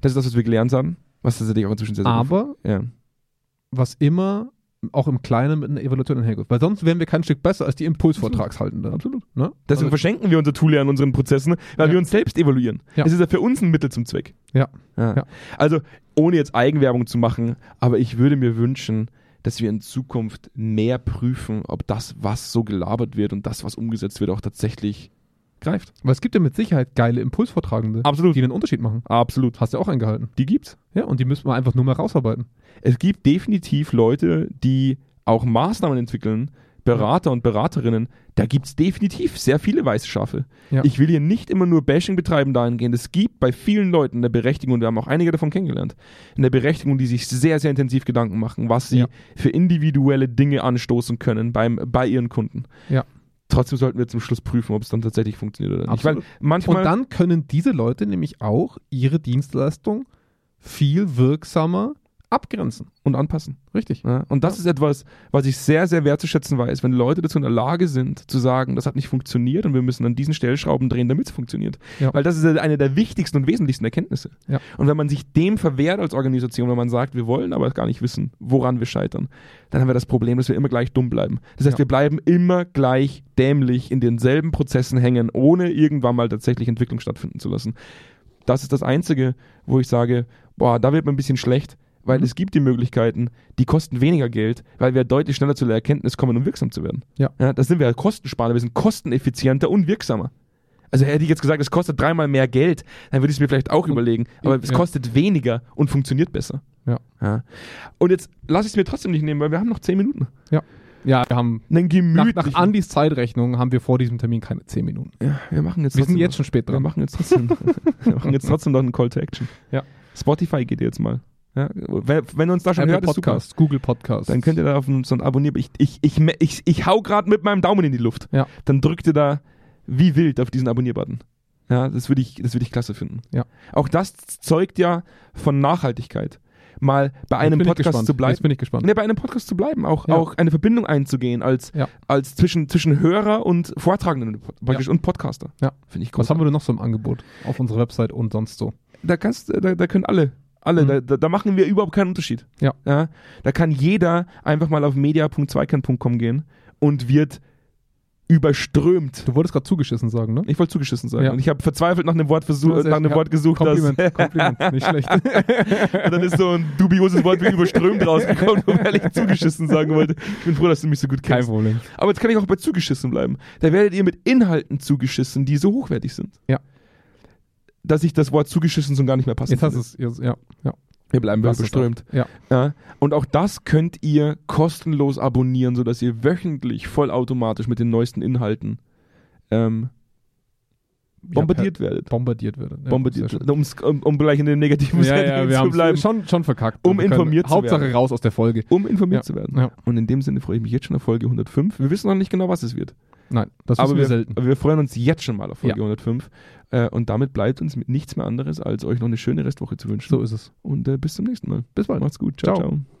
Speaker 1: Das ist das, was wir gelernt haben, was tatsächlich auch inzwischen sehr, sehr gut
Speaker 2: Aber
Speaker 1: Ja.
Speaker 2: was immer auch im Kleinen mit einer Evaluation einhergeht. Weil sonst wären wir kein Stück besser als die Impulsvortragshaltenden. Absolut. Ne?
Speaker 1: Deswegen
Speaker 2: also,
Speaker 1: verschenken wir unser Tool ja in unseren Prozessen, weil
Speaker 2: Ja.
Speaker 1: wir uns selbst evaluieren.
Speaker 2: Ja.
Speaker 1: Es ist ja für uns ein Mittel zum Zweck.
Speaker 2: Ja. Ja.
Speaker 1: Also, ohne jetzt Eigenwerbung zu machen, aber ich würde mir wünschen, dass wir in Zukunft mehr prüfen, ob das, was so gelabert wird und das, was umgesetzt wird, auch tatsächlich greift.
Speaker 2: weil es gibt ja mit Sicherheit geile Impulsvortragende,
Speaker 1: Absolut.
Speaker 2: die einen Unterschied machen.
Speaker 1: Absolut.
Speaker 2: Hast du ja auch eingehalten.
Speaker 1: Die gibt's.
Speaker 2: Ja, und die müssen wir einfach nur mal rausarbeiten.
Speaker 1: Es gibt definitiv Leute, die auch Maßnahmen entwickeln, Berater und Beraterinnen. Da gibt's definitiv sehr viele weiße Schafe.
Speaker 2: Ja.
Speaker 1: Ich will hier nicht immer nur Bashing betreiben dahingehend. Es gibt bei vielen Leuten eine Berechtigung, und wir haben auch einige davon kennengelernt, eine Berechtigung, die sich sehr, sehr intensiv Gedanken machen, was sie
Speaker 2: Ja.
Speaker 1: für individuelle Dinge anstoßen können beim, bei ihren Kunden.
Speaker 2: Ja.
Speaker 1: Trotzdem sollten wir zum Schluss prüfen, ob es dann tatsächlich funktioniert oder nicht.
Speaker 2: Absolut.
Speaker 1: Weil manchmal
Speaker 2: Und dann können diese Leute nämlich auch ihre Dienstleistung viel wirksamer abgrenzen.
Speaker 1: und anpassen.
Speaker 2: Richtig.
Speaker 1: Ja, Ne? und das ist etwas, was ich sehr, sehr wertzuschätzen weiß, wenn Leute dazu in der Lage sind, zu sagen, das hat nicht funktioniert und wir müssen an diesen Stellschrauben drehen, damit es funktioniert.
Speaker 2: Ja.
Speaker 1: Weil das ist ja eine der wichtigsten und wesentlichsten Erkenntnisse.
Speaker 2: Ja.
Speaker 1: Und wenn man sich dem verwehrt als Organisation, wenn man sagt, wir wollen aber gar nicht wissen, woran wir scheitern, dann haben wir das Problem, dass wir immer gleich dumm bleiben. Das heißt,
Speaker 2: Ja.
Speaker 1: wir bleiben immer gleich dämlich in denselben Prozessen hängen, ohne irgendwann mal tatsächlich Entwicklung stattfinden zu lassen. Das ist das Einzige, wo ich sage, boah, da wird mir ein bisschen schlecht, weil
Speaker 2: Mhm.
Speaker 1: es gibt die Möglichkeiten, die kosten weniger Geld, weil wir deutlich schneller zu der Erkenntnis kommen, um wirksam zu werden.
Speaker 2: Ja.
Speaker 1: ja das sind wir halt kostensparender, wir sind kosteneffizienter und wirksamer. Also hätte ich jetzt gesagt, es kostet dreimal mehr Geld, dann würde ich es mir vielleicht auch überlegen. Aber es
Speaker 2: Ja.
Speaker 1: kostet weniger und funktioniert besser.
Speaker 2: Ja.
Speaker 1: ja. Und jetzt lasse ich es mir trotzdem nicht nehmen, weil wir haben noch zehn Minuten.
Speaker 2: Ja, wir haben
Speaker 1: Einen
Speaker 2: nach,
Speaker 1: gemütlichen.
Speaker 2: nach Andis Zeitrechnung haben wir vor diesem Termin keine 10 Minuten.
Speaker 1: ja, wir machen jetzt
Speaker 2: Wir sind
Speaker 1: trotzdem
Speaker 2: jetzt schon spät
Speaker 1: noch, wir
Speaker 2: dran.
Speaker 1: machen jetzt trotzdem, wir machen jetzt trotzdem noch einen Call to Action.
Speaker 2: Ja.
Speaker 1: Spotify geht ihr jetzt mal. Ja, wenn, wenn ihr uns da schon
Speaker 2: Apple
Speaker 1: hört, ist super.
Speaker 2: Podcast, Google Podcast.
Speaker 1: Dann könnt ihr da auf so ein Abonnieren. Ich, ich, ich, me- ich, ich hau gerade mit meinem Daumen in die Luft.
Speaker 2: Ja.
Speaker 1: Dann drückt ihr da wie wild auf diesen Abonnier-Button. Ja, das würde ich, das würde ich klasse finden.
Speaker 2: Ja.
Speaker 1: Auch das zeugt ja von Nachhaltigkeit. Mal bei einem
Speaker 2: Jetzt bin ich
Speaker 1: Podcast
Speaker 2: gespannt.
Speaker 1: zu bleiben.
Speaker 2: Jetzt bin ich gespannt.
Speaker 1: Ne, bei einem Podcast zu bleiben, auch,
Speaker 2: Ja.
Speaker 1: auch eine Verbindung einzugehen als,
Speaker 2: Ja.
Speaker 1: als zwischen, zwischen Hörer und Vortragenden praktisch und Podcaster.
Speaker 2: Ja.
Speaker 1: Finde ich
Speaker 2: Was
Speaker 1: groß.
Speaker 2: haben wir denn noch so im Angebot auf unserer Website und sonst so?
Speaker 1: äh, Da, kannst, da, da können alle, alle.
Speaker 2: Mhm.
Speaker 1: Da, da, da machen wir überhaupt keinen Unterschied.
Speaker 2: Ja.
Speaker 1: Da kann jeder einfach mal auf media.zweikern.com gehen und wird überströmt.
Speaker 2: Du wolltest gerade zugeschissen sagen, ne?
Speaker 1: Ich wollte zugeschissen sagen.
Speaker 2: Ja.
Speaker 1: Und ich habe verzweifelt nach einem Wort versucht,
Speaker 2: Sehr-
Speaker 1: nach einem
Speaker 2: ja,
Speaker 1: Wort gesucht, das und
Speaker 2: Kompliment, Kompliment, nicht schlecht.
Speaker 1: dann ist so ein dubioses Wort wie überströmt rausgekommen, weil ich zugeschissen sagen wollte. Ich bin froh, dass du mich so gut
Speaker 2: Kein
Speaker 1: kennst.
Speaker 2: Problem.
Speaker 1: Aber jetzt kann ich auch bei zugeschissen bleiben. Da werdet ihr mit Inhalten zugeschissen, die so hochwertig sind.
Speaker 2: Ja.
Speaker 1: Dass ich das Wort zugeschissen so gar nicht mehr passt.
Speaker 2: Jetzt hast du es, jetzt- ja, ja.
Speaker 1: Wir bleiben
Speaker 2: Du hast es
Speaker 1: überströmt.
Speaker 2: drauf. Ja.
Speaker 1: Ja, und auch das könnt ihr kostenlos abonnieren, sodass ihr wöchentlich vollautomatisch mit den neuesten Inhalten ähm, bombardiert werdet.
Speaker 2: Bombardiert werden. Ja,
Speaker 1: Bombardiert,
Speaker 2: sehr schön.
Speaker 1: um's- um, um gleich in dem negativen
Speaker 2: Ja, ja,
Speaker 1: Setting
Speaker 2: wir
Speaker 1: zu
Speaker 2: haben
Speaker 1: bleiben,
Speaker 2: schon, schon verkackt.
Speaker 1: Um
Speaker 2: Wir können-
Speaker 1: informiert zu
Speaker 2: Hauptsache
Speaker 1: werden.
Speaker 2: raus aus der Folge.
Speaker 1: um informiert
Speaker 2: Ja,
Speaker 1: zu werden.
Speaker 2: ja.
Speaker 1: Und in dem Sinne freue ich mich jetzt schon auf Folge 105. Wir wissen noch nicht genau, was es wird.
Speaker 2: Nein, das
Speaker 1: aber
Speaker 2: wissen
Speaker 1: wir,
Speaker 2: wir selten.
Speaker 1: aber wir freuen uns jetzt schon mal auf Folge
Speaker 2: Ja.
Speaker 1: 105. Äh, und damit bleibt uns mit nichts mehr anderes, als euch noch eine schöne Restwoche zu wünschen.
Speaker 2: So ist es.
Speaker 1: Und äh, bis zum nächsten Mal.
Speaker 2: Bis bald.
Speaker 1: Macht's gut. ciao.
Speaker 2: Ciao.
Speaker 1: ciao.